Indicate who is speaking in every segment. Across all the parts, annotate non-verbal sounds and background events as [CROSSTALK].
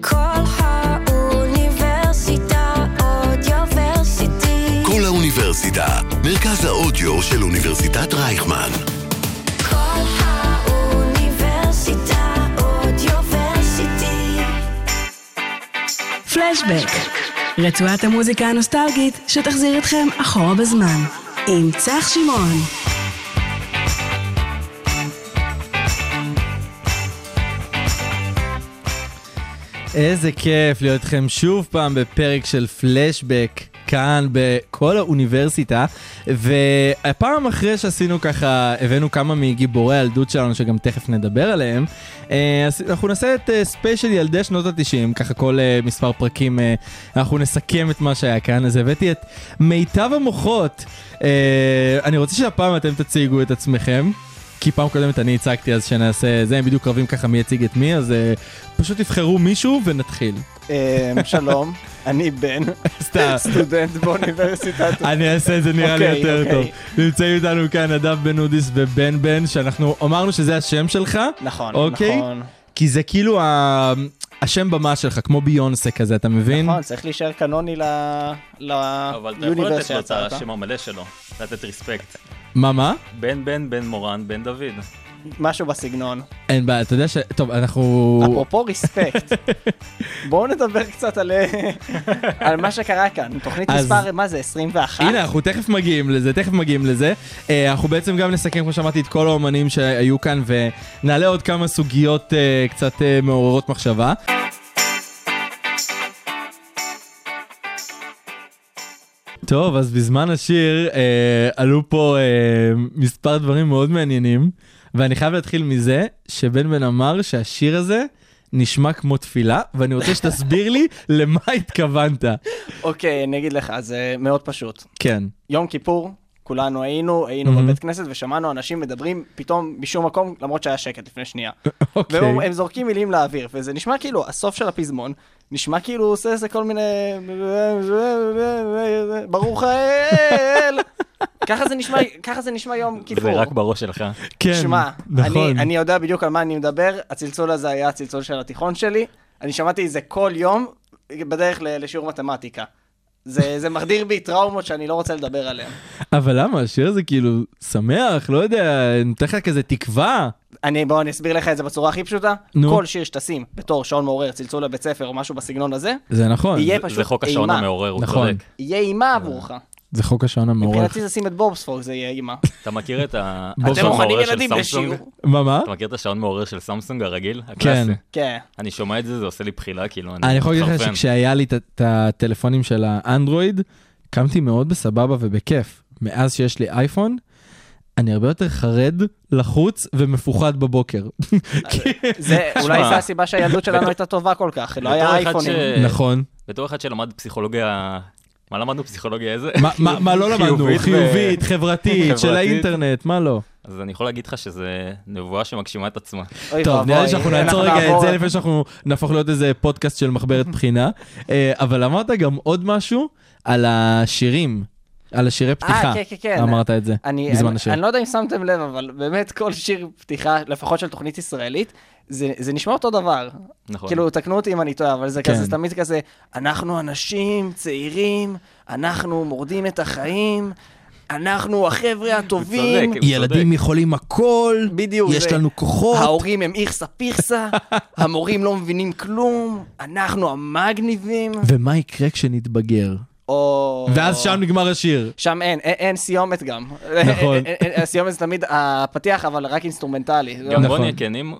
Speaker 1: כל האוניברסיטה אודיוורסיטי.
Speaker 2: כל האוניברסיטה, מרכז האודיו של אוניברסיטת רייכמן.
Speaker 1: כל האוניברסיטה אודיוורסיטי.
Speaker 3: פלשבק, רצועת המוזיקה הנוסטלגית שתחזיר אתכם אחורה בזמן, עם צח שמעון.
Speaker 4: איזה כיף להיות איתכם שוב פעם בפרק של פלשבק כאן בכל האוניברסיטה. והפעם אחרי שעשינו ככה, הבאנו כמה מגיבורי הילדות שלנו שגם תכף נדבר עליהם, אה, אז אנחנו נעשה את אה, ספיישל ילדי שנות ה-90, ככה כל אה, מספר פרקים אה, אנחנו נסכם את מה שהיה כאן. אז הבאתי את מיטב המוחות. אה, אני רוצה שהפעם אתם תציגו את עצמכם. כי פעם קודמת אני הצגתי אז שנעשה זה, הם בדיוק רבים ככה מי יציג את מי, אז אה, פשוט תבחרו מישהו ונתחיל.
Speaker 5: אמ, שלום, אני בן,
Speaker 4: סתם,
Speaker 5: סטודנט באוניברסיטת...
Speaker 4: אני אעשה את זה נראה לי
Speaker 5: אוקיי,
Speaker 4: יותר
Speaker 5: אוקיי.
Speaker 4: טוב. נמצאים איתנו כאן נדב בן אודיס ובן בן, שאנחנו אמרנו שזה השם שלך,
Speaker 5: נכון,
Speaker 4: אוקיי.
Speaker 5: נכון.
Speaker 4: כי זה כאילו ה- השם במה שלך, כמו ביונסה כזה, אתה מבין?
Speaker 5: נכון, צריך להישאר קנוני ל- אה,
Speaker 6: אבל אתה יכול
Speaker 5: ליוניברס
Speaker 6: לתת לו את
Speaker 5: שיצרת.
Speaker 6: השם המלא שלו, לתת ריספקט.
Speaker 4: מה, מה?
Speaker 6: בן בן בן מורן בן דוד.
Speaker 5: משהו בסגנון.
Speaker 4: אין בעיה, אתה יודע ש... טוב, אנחנו...
Speaker 5: אפרופו ריספקט, בואו נדבר קצת על אה, על מה שקרה כאן. תוכנית
Speaker 4: אז-
Speaker 5: מספר, מה זה, 21?
Speaker 4: הנה, אנחנו תכף מגיעים לזה, תכף מגיעים לזה. אה, אנחנו בעצם גם נסכם, כמו שאמרתי, את כל האומנים שהיו כאן, ונעלה עוד כמה סוגיות אה, קצת אה, מעוררות מחשבה. טוב, אז בזמן השיר אה, עלו פה אה, מספר דברים מאוד מעניינים, ואני חייב להתחיל מזה שבן בן אמר שהשיר הזה נשמע כמו תפילה, ואני רוצה שתסביר לי [LAUGHS] למה התכוונת.
Speaker 5: אוקיי, אני אגיד לך, זה מאוד פשוט.
Speaker 4: כן.
Speaker 5: יום כיפור, כולנו היינו, היינו
Speaker 4: מהמם.
Speaker 5: בבית כנסת ושמענו אנשים מדברים פתאום משום מקום, למרות שהיה שקט לפני שנייה.
Speaker 4: אוקיי.
Speaker 5: והם הם זורקים מילים לאוויר, וזה נשמע כאילו, הסוף של הפזמון, נשמע כאילו הוא עושה איזה כל מיני... ברוך האל! ככה זה נשמע, ככה זה נשמע יום
Speaker 6: זה
Speaker 5: כיפור.
Speaker 6: רק בראש שלך.
Speaker 4: כן,
Speaker 5: שמע,
Speaker 4: נכון.
Speaker 5: אני, אני יודע בדיוק על מה אני מדבר, הצלצול הזה היה הצלצול של התיכון שלי, אני שמעתי את זה כל יום בדרך ל- לשיעור מתמטיקה. זה, זה מחדיר בי טראומות שאני לא רוצה לדבר עליהן.
Speaker 4: אבל למה? השיר הזה כאילו שמח, לא יודע, נותן לך כזה תקווה.
Speaker 5: אני, בוא, אני אסביר לך את זה בצורה הכי פשוטה.
Speaker 4: נו.
Speaker 5: כל שיר שתשים בתור שעון מעורר, צלצול לבית ספר או משהו בסגנון הזה,
Speaker 4: זה נכון.
Speaker 5: יהיה
Speaker 4: זה-
Speaker 5: פשוט
Speaker 6: זה חוק השעון
Speaker 5: אימה.
Speaker 6: המעורר, הוא
Speaker 4: נכון.
Speaker 6: צודק.
Speaker 5: יהיה אימה עבורך.
Speaker 4: זה חוק השעון המעורר.
Speaker 5: מבחינתי לשים את בובספורג זה
Speaker 4: [LAUGHS]
Speaker 5: יהיה אימה.
Speaker 6: אתה מכיר את ה-
Speaker 4: אתם
Speaker 6: השעון
Speaker 5: מוכנים
Speaker 6: מעורר של
Speaker 5: ילדים
Speaker 6: סמסונג?
Speaker 5: לשיעור?
Speaker 4: מה, מה?
Speaker 6: אתה מכיר את השעון מעורר של סמסונג הרגיל?
Speaker 4: כן.
Speaker 6: הקלאסי?
Speaker 5: כן.
Speaker 6: אני שומע את זה, זה עושה לי בחילה, כאילו, אני
Speaker 4: אני יכול להגיד לך
Speaker 6: מתחרפן.
Speaker 4: שכשהיה לי את- את הטלפונים של האנדרואיד, קמתי מאוד בסבבה ובכיף. מאז שיש לי אייפון, אני הרבה יותר חרד, לחוץ ומפוחד בבוקר. [LAUGHS]
Speaker 5: זה, אולי
Speaker 6: שמע.
Speaker 5: זו הסיבה שהילדות שלנו הייתה טובה כל כך, לא היה
Speaker 6: בתור אחד
Speaker 5: אייפונים.
Speaker 6: ש-
Speaker 4: נכון.
Speaker 6: בתור אחד שלמד פסיכולוגיה... מה למדנו פסיכולוגיה איזה?
Speaker 4: מה- מה מה לא למדנו?
Speaker 6: חיובית ו-
Speaker 4: חיובית, חברתית, של
Speaker 6: חברתית.
Speaker 4: האינטרנט, מה לא?
Speaker 6: אז אני יכול להגיד לך שזה נבואה שמגשימה את עצמה.
Speaker 5: אוי
Speaker 4: טוב,
Speaker 5: ואבוי,
Speaker 4: נראה לי שאנחנו נעצור רגע את
Speaker 5: נעבור-
Speaker 4: זה לפני שאנחנו נהפוך להיות איזה פודקאסט של
Speaker 5: [LAUGHS]
Speaker 4: מחברת בחינה. אה, אבל אמרת גם עוד משהו על השירים, על השירי פתיחה.
Speaker 5: כן, כן, כן.
Speaker 4: אמרת את זה
Speaker 5: אני,
Speaker 4: בזמן
Speaker 5: אני,
Speaker 4: השיר.
Speaker 5: אני לא יודע אם שמתם לב, אבל באמת כל שיר פתיחה, לפחות של תוכנית ישראלית, זה, זה נשמע אותו דבר.
Speaker 6: נכון.
Speaker 5: כאילו, תקנו אותי אם אני טועה, אבל זה
Speaker 4: כן.
Speaker 5: כזה, זה תמיד כזה, אנחנו אנשים צעירים, אנחנו מורדים את החיים, אנחנו החבר'ה הטובים,
Speaker 6: צודק. ילדים
Speaker 4: יכולים הכל,
Speaker 5: בדיוק, יש זה- לנו
Speaker 4: כוחות.
Speaker 5: ההורים הם איכסה פיכסה, המורים לא מבינים כלום, אנחנו המגניבים,
Speaker 4: ומה יקרה כשנתבגר?
Speaker 5: או...
Speaker 4: ואז שם נגמר השיר.
Speaker 5: שם אין, אין, אין סיומת גם.
Speaker 4: נכון.
Speaker 5: [LAUGHS] אין- אין- אין- הסיומת זה תמיד הפתיח, אבל רק אינסטרומנטלי.
Speaker 6: גם
Speaker 4: נכון.
Speaker 6: בוא נהיה כנים,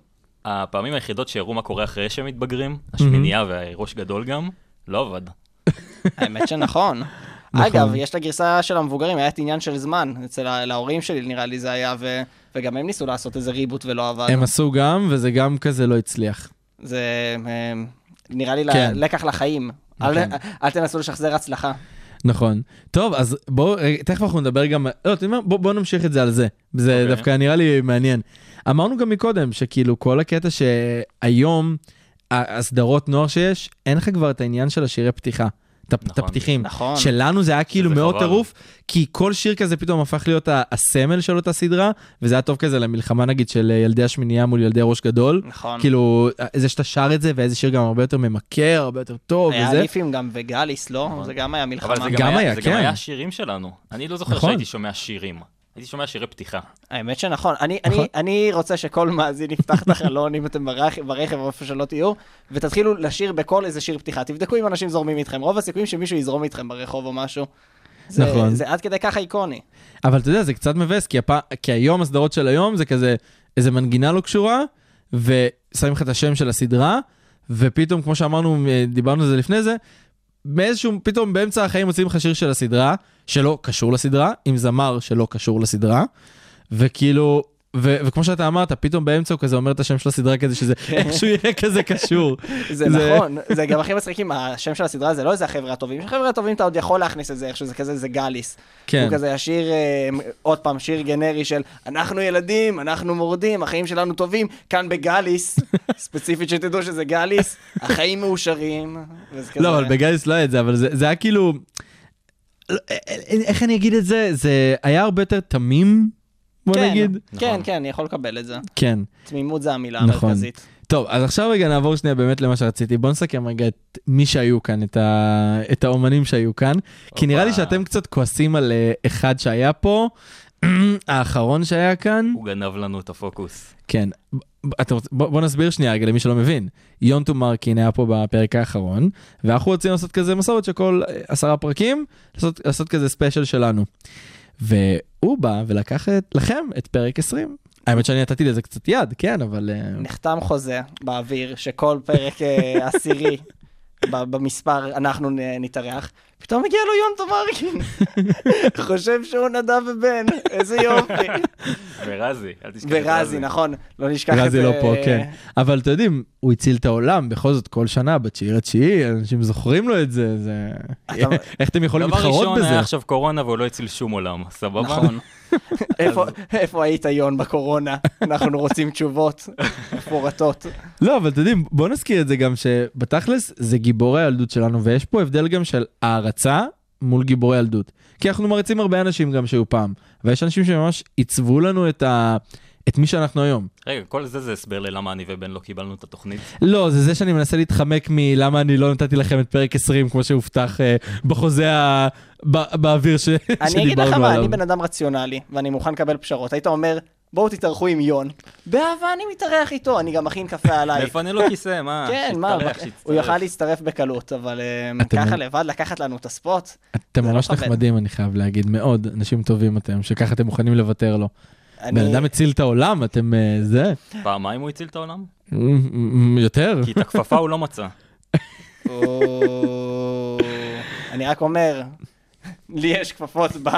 Speaker 6: הפעמים היחידות שהראו מה קורה אחרי שהם מתבגרים,
Speaker 4: Mhm.
Speaker 6: השמינייה והראש גדול גם, לא עבד.
Speaker 5: האמת שנכון.
Speaker 4: נכון.
Speaker 5: [LAUGHS] אגב, יש לגרסה של המבוגרים, היה את עניין של זמן, אצל ה- להורים שלי נראה לי זה היה, ו... וגם הם ניסו לעשות איזה ריבוט ולא עבד.
Speaker 4: הם עשו גם, וזה גם כזה לא הצליח.
Speaker 5: זה אה, נראה לי ל-
Speaker 4: כן.
Speaker 5: לקח לחיים. אל,
Speaker 4: נכון.
Speaker 5: אל תנסו לשחזר הצלחה.
Speaker 4: נכון. טוב, אז בואו, רגע, תכף אנחנו נדבר גם, על- לא, אתם יודעים מה, בואו בוא נמשיך את זה על זה. זה okay.
Speaker 6: אוקיי.
Speaker 4: דווקא נראה לי מעניין. אמרנו גם מקודם, שכאילו כל הקטע שהיום, הסדרות נוער שיש, אין לך כבר את העניין של השירי פתיחה. את הפ- את
Speaker 6: נכון.
Speaker 4: הפתיחים.
Speaker 5: נכון.
Speaker 4: שלנו זה היה כאילו
Speaker 6: שזה
Speaker 4: מאוד
Speaker 6: חבל.
Speaker 4: טירוף, כי כל שיר כזה פתאום הפך להיות ה- הסמל של אותה סדרה, וזה היה טוב כזה למלחמה נגיד של אה, ילדי השמינייה מול ילדי ראש גדול.
Speaker 5: נכון.
Speaker 4: כאילו, אה, זה שאתה שר את זה, ואיזה שיר גם הרבה יותר ממכר, הרבה יותר טוב,
Speaker 5: היה
Speaker 4: וזה.
Speaker 5: אליפים גם וגליס, לא? זה גם היה
Speaker 6: אבל
Speaker 5: מלחמה.
Speaker 6: זה
Speaker 4: גם
Speaker 6: גם
Speaker 4: היה,
Speaker 6: היה, זה גם
Speaker 4: כן.
Speaker 6: היה השירים שלנו. אני לא זוכר
Speaker 4: נכון.
Speaker 6: שהייתי שומע שירים. הייתי שומע שירי פתיחה.
Speaker 5: האמת שנכון. אני- אני-
Speaker 4: נכון.
Speaker 5: אני רוצה שכל מאזין יפתח את החלון, אם אתם ברכ- ברכב או איפה שלא תהיו, ותתחילו לשיר בכל איזה שיר פתיחה. תבדקו אם אנשים זורמים איתכם. רוב הסיכויים שמישהו יזרום איתכם ברחוב או משהו. זה-
Speaker 4: נכון.
Speaker 5: זה עד כדי ככה איקוני.
Speaker 4: אבל אתה יודע, זה קצת מבאס, כי, הפ... כי היום הסדרות של היום זה כזה, איזה מנגינה לא קשורה, ושמים לך את השם של הסדרה, ופתאום, כמו שאמרנו, אה, דיברנו על זה לפני זה, מאיזשהו, פתאום באמצע החיים מוצאים לך שיר של הסדרה, שלא קשור לסדרה, עם זמר שלא קשור לסדרה, וכאילו... ו- וכמו שאתה אמרת, פתאום באמצע הוא כזה אומר את השם של הסדרה כזה, שזה [LAUGHS] איכשהו יהיה כזה קשור.
Speaker 5: זה
Speaker 4: זה-
Speaker 5: נכון, זה גם הכי מצחיק עם השם של הסדרה, זה לא איזה החבר'ה הטובים, החבר'ה הטובים אתה עוד יכול להכניס את זה איכשהו, זה כזה, זה גאליס.
Speaker 4: כן.
Speaker 5: הוא כזה השיר, אה, עוד פעם, שיר גנרי של אנחנו ילדים, אנחנו מורדים, החיים שלנו טובים,
Speaker 4: [LAUGHS]
Speaker 5: כאן בגאליס, ספציפית שתדעו שזה גאליס, החיים מאושרים, וזה כזה...
Speaker 4: לא, אבל בגייס לא היה את זה, אבל זה זה היה כאילו... לא, א- א- איך אני אגיד את זה? זה היה הרבה יותר תמים, בוא
Speaker 5: כן,
Speaker 4: נגיד.
Speaker 5: כן,
Speaker 6: נכון.
Speaker 5: כן, אני יכול לקבל את זה.
Speaker 4: כן.
Speaker 5: תמימות זה המילה
Speaker 4: נכון.
Speaker 5: המרכזית.
Speaker 4: טוב, אז עכשיו רגע נעבור שנייה באמת למה שרציתי. בוא נסכם רגע את מי שהיו כאן, את, ה... את האומנים שהיו כאן, כי נראה לי
Speaker 6: אופה.
Speaker 4: שאתם קצת כועסים על אה, אחד שהיה פה, [CLEARS THROAT] האחרון שהיה כאן.
Speaker 6: הוא גנב לנו את הפוקוס.
Speaker 4: כן. ב- ב- אתה רוצ... בוא, בוא נסביר שנייה רגע למי שלא מבין. יונטו מרקין היה פה בפרק האחרון, ואנחנו רוצים לעשות כזה מסורת של כל אה, עשרה פרקים, לעשות, לעשות כזה ספיישל שלנו. והוא בא ולקח את, לכם את פרק 20. האמת שאני נתתי לזה קצת יד, כן, אבל... אה,
Speaker 5: נחתם חוזה באוויר שכל פרק
Speaker 4: [LAUGHS]
Speaker 5: אה, עשירי ב- במספר אנחנו נ- נתארח, פתאום מגיע לו יונתו
Speaker 4: [LAUGHS]
Speaker 5: מרקין, חושב שהוא נדב ובן, איזה
Speaker 4: [LAUGHS]
Speaker 5: יופי.
Speaker 6: ורזי, אל תשכח את
Speaker 5: ורזי, נכון, לא נשכח את...
Speaker 4: כן, רזי לא
Speaker 5: אה,
Speaker 4: פה, כן. אבל אתם יודעים, הוא הציל את העולם, בכל זאת, כל שנה, בתשיעי לתשיעי, אנשים זוכרים לו את זה, זה...
Speaker 5: אתה-
Speaker 4: איך אתם יכולים
Speaker 6: דבר
Speaker 4: להתחרות
Speaker 6: ראשון, היה
Speaker 4: בזה?
Speaker 6: עכשיו קורונה והוא לא הציל שום עולם, סבבה?
Speaker 5: נכון. איפה- איפה היית יון בקורונה? אנחנו רוצים תשובות מפורטות.
Speaker 4: לא, אבל אתם יודעים, בואו נזכיר את זה גם שבתכלס זה גיבורי הילדות שלנו, ויש פה הבדל גם של הערצה מול גיבורי ילדות. כי אנחנו מרצים הרבה אנשים גם שהיו פעם, ויש אנשים שממש עיצבו לנו את ה... את מי שאנחנו היום.
Speaker 6: רגע, כל זה זה הסבר ללמה אני ובן לא קיבלנו את התוכנית.
Speaker 4: לא, זה זה שאני מנסה להתחמק מלמה אני לא נתתי לכם את פרק 20 כמו שהובטח אה, בחוזה ה... בא- באוויר ש... שדיברנו עליו.
Speaker 5: אני אגיד לך מה, אני בן אדם רציונלי, ואני מוכן לקבל פשרות. היית אומר, בואו תתארחו עם יון. באהבה אני מתארח איתו, אני גם מכין [LAUGHS] קפה עליי.
Speaker 6: מפנה לו לא כיסא, מה?
Speaker 5: כן, מה,
Speaker 6: שיתארח,
Speaker 5: בק-
Speaker 6: שיצטרף.
Speaker 5: הוא יכל להצטרף בקלות, אבל אה,
Speaker 4: אתם-
Speaker 5: ככה לבד לקחת לנו את הספוט,
Speaker 4: אתם
Speaker 5: זה לא
Speaker 4: ממש
Speaker 5: מכבד.
Speaker 4: נחמדים, אני חייב להגיד, מאוד. אנשים טובים אתם, שככה אתם מוכנים לוותר לו.
Speaker 5: אני...
Speaker 4: בן אדם הציל את העולם, אתם אה, זה.
Speaker 6: פעמיים הוא הציל את העולם?
Speaker 4: מ- מ- יותר.
Speaker 6: כי את הכפפה הוא לא מצא.
Speaker 5: או, אני רק אומר, לי יש כפפות ב...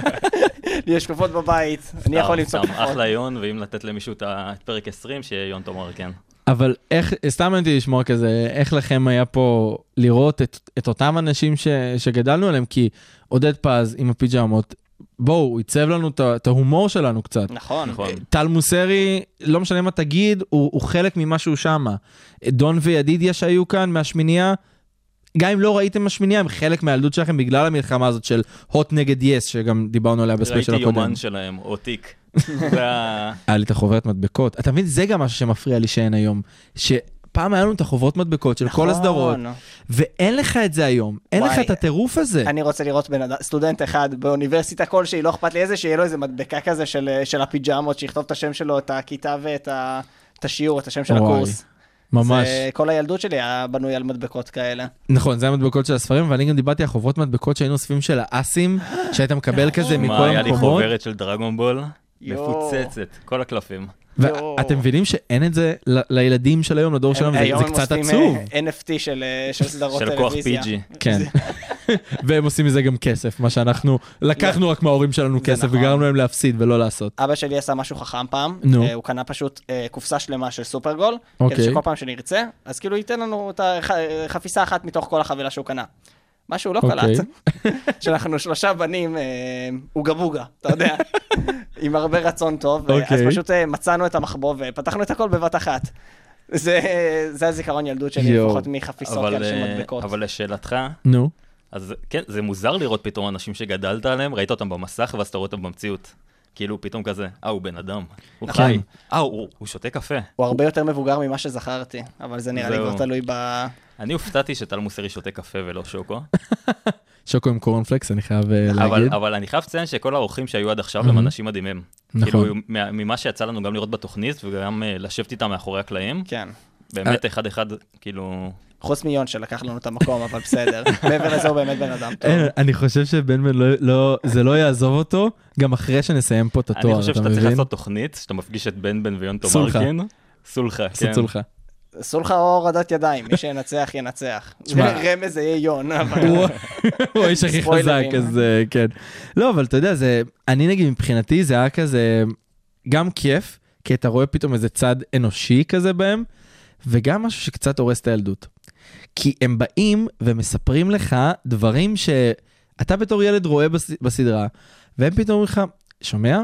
Speaker 5: [LAUGHS] לי יש כפפות בבית, אני יכול
Speaker 6: סתם,
Speaker 5: למצוא
Speaker 6: סתם,
Speaker 5: כפפות.
Speaker 6: אחלה יון, ואם לתת למישהו את ה- את פרק 20, שיהיה יון תומר כן.
Speaker 4: אבל איך, סתם מעניין אותי לשמוע כזה, איך לכם היה פה לראות את, את אותם אנשים ש, שגדלנו עליהם? כי עודד פז עם הפיג'מות, בואו, הוא עיצב לנו את ה- את ההומור שלנו קצת.
Speaker 5: נכון,
Speaker 6: נכון.
Speaker 4: טל מוסרי, לא משנה מה תגיד, הוא, הוא חלק ממה שהוא שמה. דון וידידיה שהיו כאן מהשמינייה, גם אם לא ראיתם מהשמינייה, הם חלק מהילדות שלכם בגלל המלחמה הזאת של הוט נגד יס, שגם דיברנו עליה
Speaker 6: ראיתי
Speaker 4: בספיישל הקודם.
Speaker 6: יומן שלהם, או תיק.
Speaker 4: [LAUGHS]
Speaker 6: זה ה-
Speaker 4: היה לי את החוברת מדבקות. אתה מבין, זה גם משהו שמפריע לי שאין היום. שפעם היה לנו את החוברות מדבקות של כל הסדרות,
Speaker 5: נכון.
Speaker 4: ואין לך את זה היום. אין לך
Speaker 5: וואי.
Speaker 4: את הטירוף הזה.
Speaker 5: אני רוצה לראות בן אדם, סטודנט אחד באוניברסיטה כלשהי, לא אכפת לי איזה, שיהיה לו איזה מדבקה כזה של, אה, של הפיג'מות, שיכתוב את השם שלו, את הכיתה ואת ה... את השיעור, את השם של
Speaker 4: וואי,
Speaker 5: הקורס.
Speaker 4: ממש.
Speaker 5: זה, כל הילדות שלי היה בנוי על מדבקות כאלה.
Speaker 4: נכון, זה המדבקות של הספרים, ואני גם דיברתי על חוברות מדבקות שהיינו אוספים של האסים, שהיית מקבל כזה
Speaker 6: מה,
Speaker 4: מכל
Speaker 6: היה לי
Speaker 4: המקומות.
Speaker 6: חוברת של דרגון בול,
Speaker 5: יואו.
Speaker 6: מפוצצת, כל הקלפים.
Speaker 5: יואו.
Speaker 4: ואתם מבינים שאין את זה ל- לילדים של היום, לדור שלנו,
Speaker 5: היום
Speaker 4: וזה-
Speaker 5: הם
Speaker 4: זה קצת
Speaker 5: עושים,
Speaker 4: עצוב.
Speaker 5: אה, NFT של אה, של סדרות
Speaker 6: של כוח
Speaker 5: טלוויזיה.
Speaker 6: פיג'י.
Speaker 4: כן. [LAUGHS] והם עושים מזה גם כסף, מה שאנחנו לקחנו רק מההורים שלנו כסף
Speaker 5: לא. נכון.
Speaker 4: וגרמנו להם להפסיד ולא לעשות.
Speaker 5: אבא שלי עשה משהו חכם פעם,
Speaker 4: נו.
Speaker 5: אה, הוא קנה פשוט אה, קופסה שלמה של סופרגול,
Speaker 4: אוקיי.
Speaker 5: כדי שכל פעם שנרצה, אז כאילו ייתן לנו את החפיסה אחת מתוך כל החבילה שהוא קנה. מה שהוא לא
Speaker 4: אוקיי.
Speaker 5: קלט, [LAUGHS] שאנחנו שלושה בנים, אה, אוגה בוגה, אתה
Speaker 4: [LAUGHS]
Speaker 5: יודע, עם הרבה רצון טוב, אה, אז
Speaker 4: אוקיי.
Speaker 5: פשוט אה, מצאנו את המחבוא ופתחנו את הכל בבת אחת. זה זה הזיכרון ילדות שלי,
Speaker 4: יואו.
Speaker 5: לפחות מחפיסות
Speaker 6: אבל,
Speaker 5: כאלה של
Speaker 6: אה,
Speaker 5: מדבקות.
Speaker 6: אבל לשאלתך,
Speaker 4: נו.
Speaker 6: אז כן, זה מוזר לראות פתאום אנשים שגדלת עליהם, ראית אותם במסך ואז אתה רואה אותם במציאות. כאילו פתאום כזה, אה, הוא בן אדם, הוא
Speaker 4: נכון.
Speaker 6: חי, אה, הוא הוא שותה קפה.
Speaker 5: הוא הרבה יותר מבוגר ממה שזכרתי, אבל זה נראה לי
Speaker 6: זהו.
Speaker 5: כבר תלוי ב...
Speaker 6: אני הופתעתי שטל מוסרי שותה קפה ולא שוקו,
Speaker 4: שוקו עם קורנפלקס, אני חייב אה,
Speaker 6: אבל
Speaker 4: להגיד.
Speaker 6: אבל אני חייב לציין שכל האורחים שהיו עד עכשיו הם אנשים מדהימים.
Speaker 4: נכון.
Speaker 6: כאילו, מה- ממה שיצא לנו גם לראות בתוכנית וגם אה, לשבת איתם מאחורי הקלעים,
Speaker 5: כן.
Speaker 6: באמת
Speaker 4: אה,
Speaker 6: אחד-אחד, כאילו,
Speaker 5: חוץ מיון שלקח לנו את המקום, אבל
Speaker 4: [LAUGHS]
Speaker 5: בסדר. מעבר לזה הוא באמת בן אדם טוב.
Speaker 4: אין, אה, אני חושב שבן בן לא, לא, זה לא יעזוב אותו, גם אחרי שנסיים פה את התואר, אתה
Speaker 6: אני
Speaker 4: מבין?
Speaker 6: חושב שאתה צריך לעשות תוכנית, שאתה מפגיש את בן בן ויונטו
Speaker 4: סולחה.
Speaker 6: מרקין. סולחה, כן.
Speaker 4: סצו לך.
Speaker 5: עשו לך או הורדת ידיים, מי שינצח ינצח.
Speaker 4: תשמע.
Speaker 5: רמז זה יהיה יון, אבל...
Speaker 4: הוא- [LAUGHS] הוא האיש הכי חזק,
Speaker 5: ספוילרים.
Speaker 4: אז אה, כן. לא, אבל אתה יודע, זה, אני נגיד מבחינתי זה היה כזה גם כיף, כי אתה רואה פתאום איזה צד אנושי כזה בהם, וגם משהו שקצת הורס את הילדות. כי הם באים ומספרים לך דברים שאתה בתור ילד רואה בס... בסדרה, והם פתאום אומרים לך, שומע?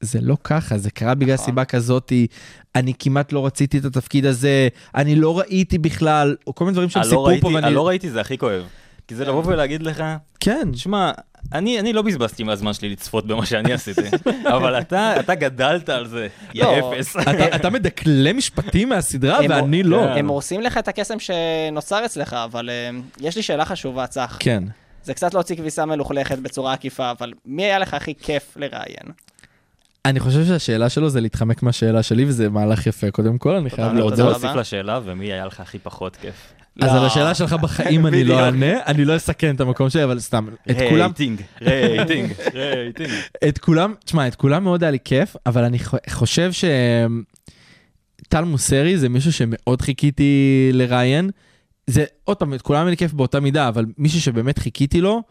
Speaker 4: זה לא ככה, זה קרה בגלל
Speaker 5: נכון.
Speaker 4: סיבה כזאתי, אני כמעט לא רציתי את התפקיד הזה, אני לא ראיתי בכלל, או כל מיני דברים שהם
Speaker 6: הלא
Speaker 4: סיפרו
Speaker 6: לא ראיתי-
Speaker 4: פה ואני...
Speaker 6: הלא ראיתי זה הכי כואב. כי זה לבוא ולהגיד לך,
Speaker 4: כן.
Speaker 6: תשמע, אני אני לא בזבזתי מהזמן שלי לצפות במה שאני עשיתי,
Speaker 4: [LAUGHS]
Speaker 6: אבל אתה אתה גדלת על זה, יא
Speaker 5: לא.
Speaker 6: אפס.
Speaker 4: אתה, אתה מדקלם משפטים מהסדרה
Speaker 5: הם-
Speaker 4: ואני לא.
Speaker 5: הם הורסים לך את הקסם שנוצר אצלך, אבל אה, יש לי שאלה חשובה, צח.
Speaker 4: כן.
Speaker 5: זה קצת להוציא כביסה מלוכלכת בצורה עקיפה, אבל מי היה לך הכי כיף לראיין?
Speaker 4: אני חושב שהשאלה שלו זה להתחמק מהשאלה שלי וזה מהלך יפה קודם כל, אני חייב
Speaker 6: אני
Speaker 4: להודות.
Speaker 6: רוצה
Speaker 5: תודה
Speaker 6: להוסיף
Speaker 5: רבה.
Speaker 6: לשאלה, ומי היה לך הכי פחות כיף?
Speaker 4: אז על
Speaker 5: לא.
Speaker 4: השאלה שלך בחיים אני
Speaker 5: בדיוק.
Speaker 4: לא אענה, אני לא אסכן את המקום שלי, אבל סתם, את כולם,
Speaker 6: רייטינג, רייטינג, רייטינג.
Speaker 4: את כולם, תשמע, את כולם מאוד היה לי כיף, אבל אני חו- חושב ש... טל מוסרי זה מישהו שמאוד חיכיתי לראיין. זה, עוד פעם, את כולם היה לי כיף באותה מידה, אבל מישהו שבאמת חיכיתי לו,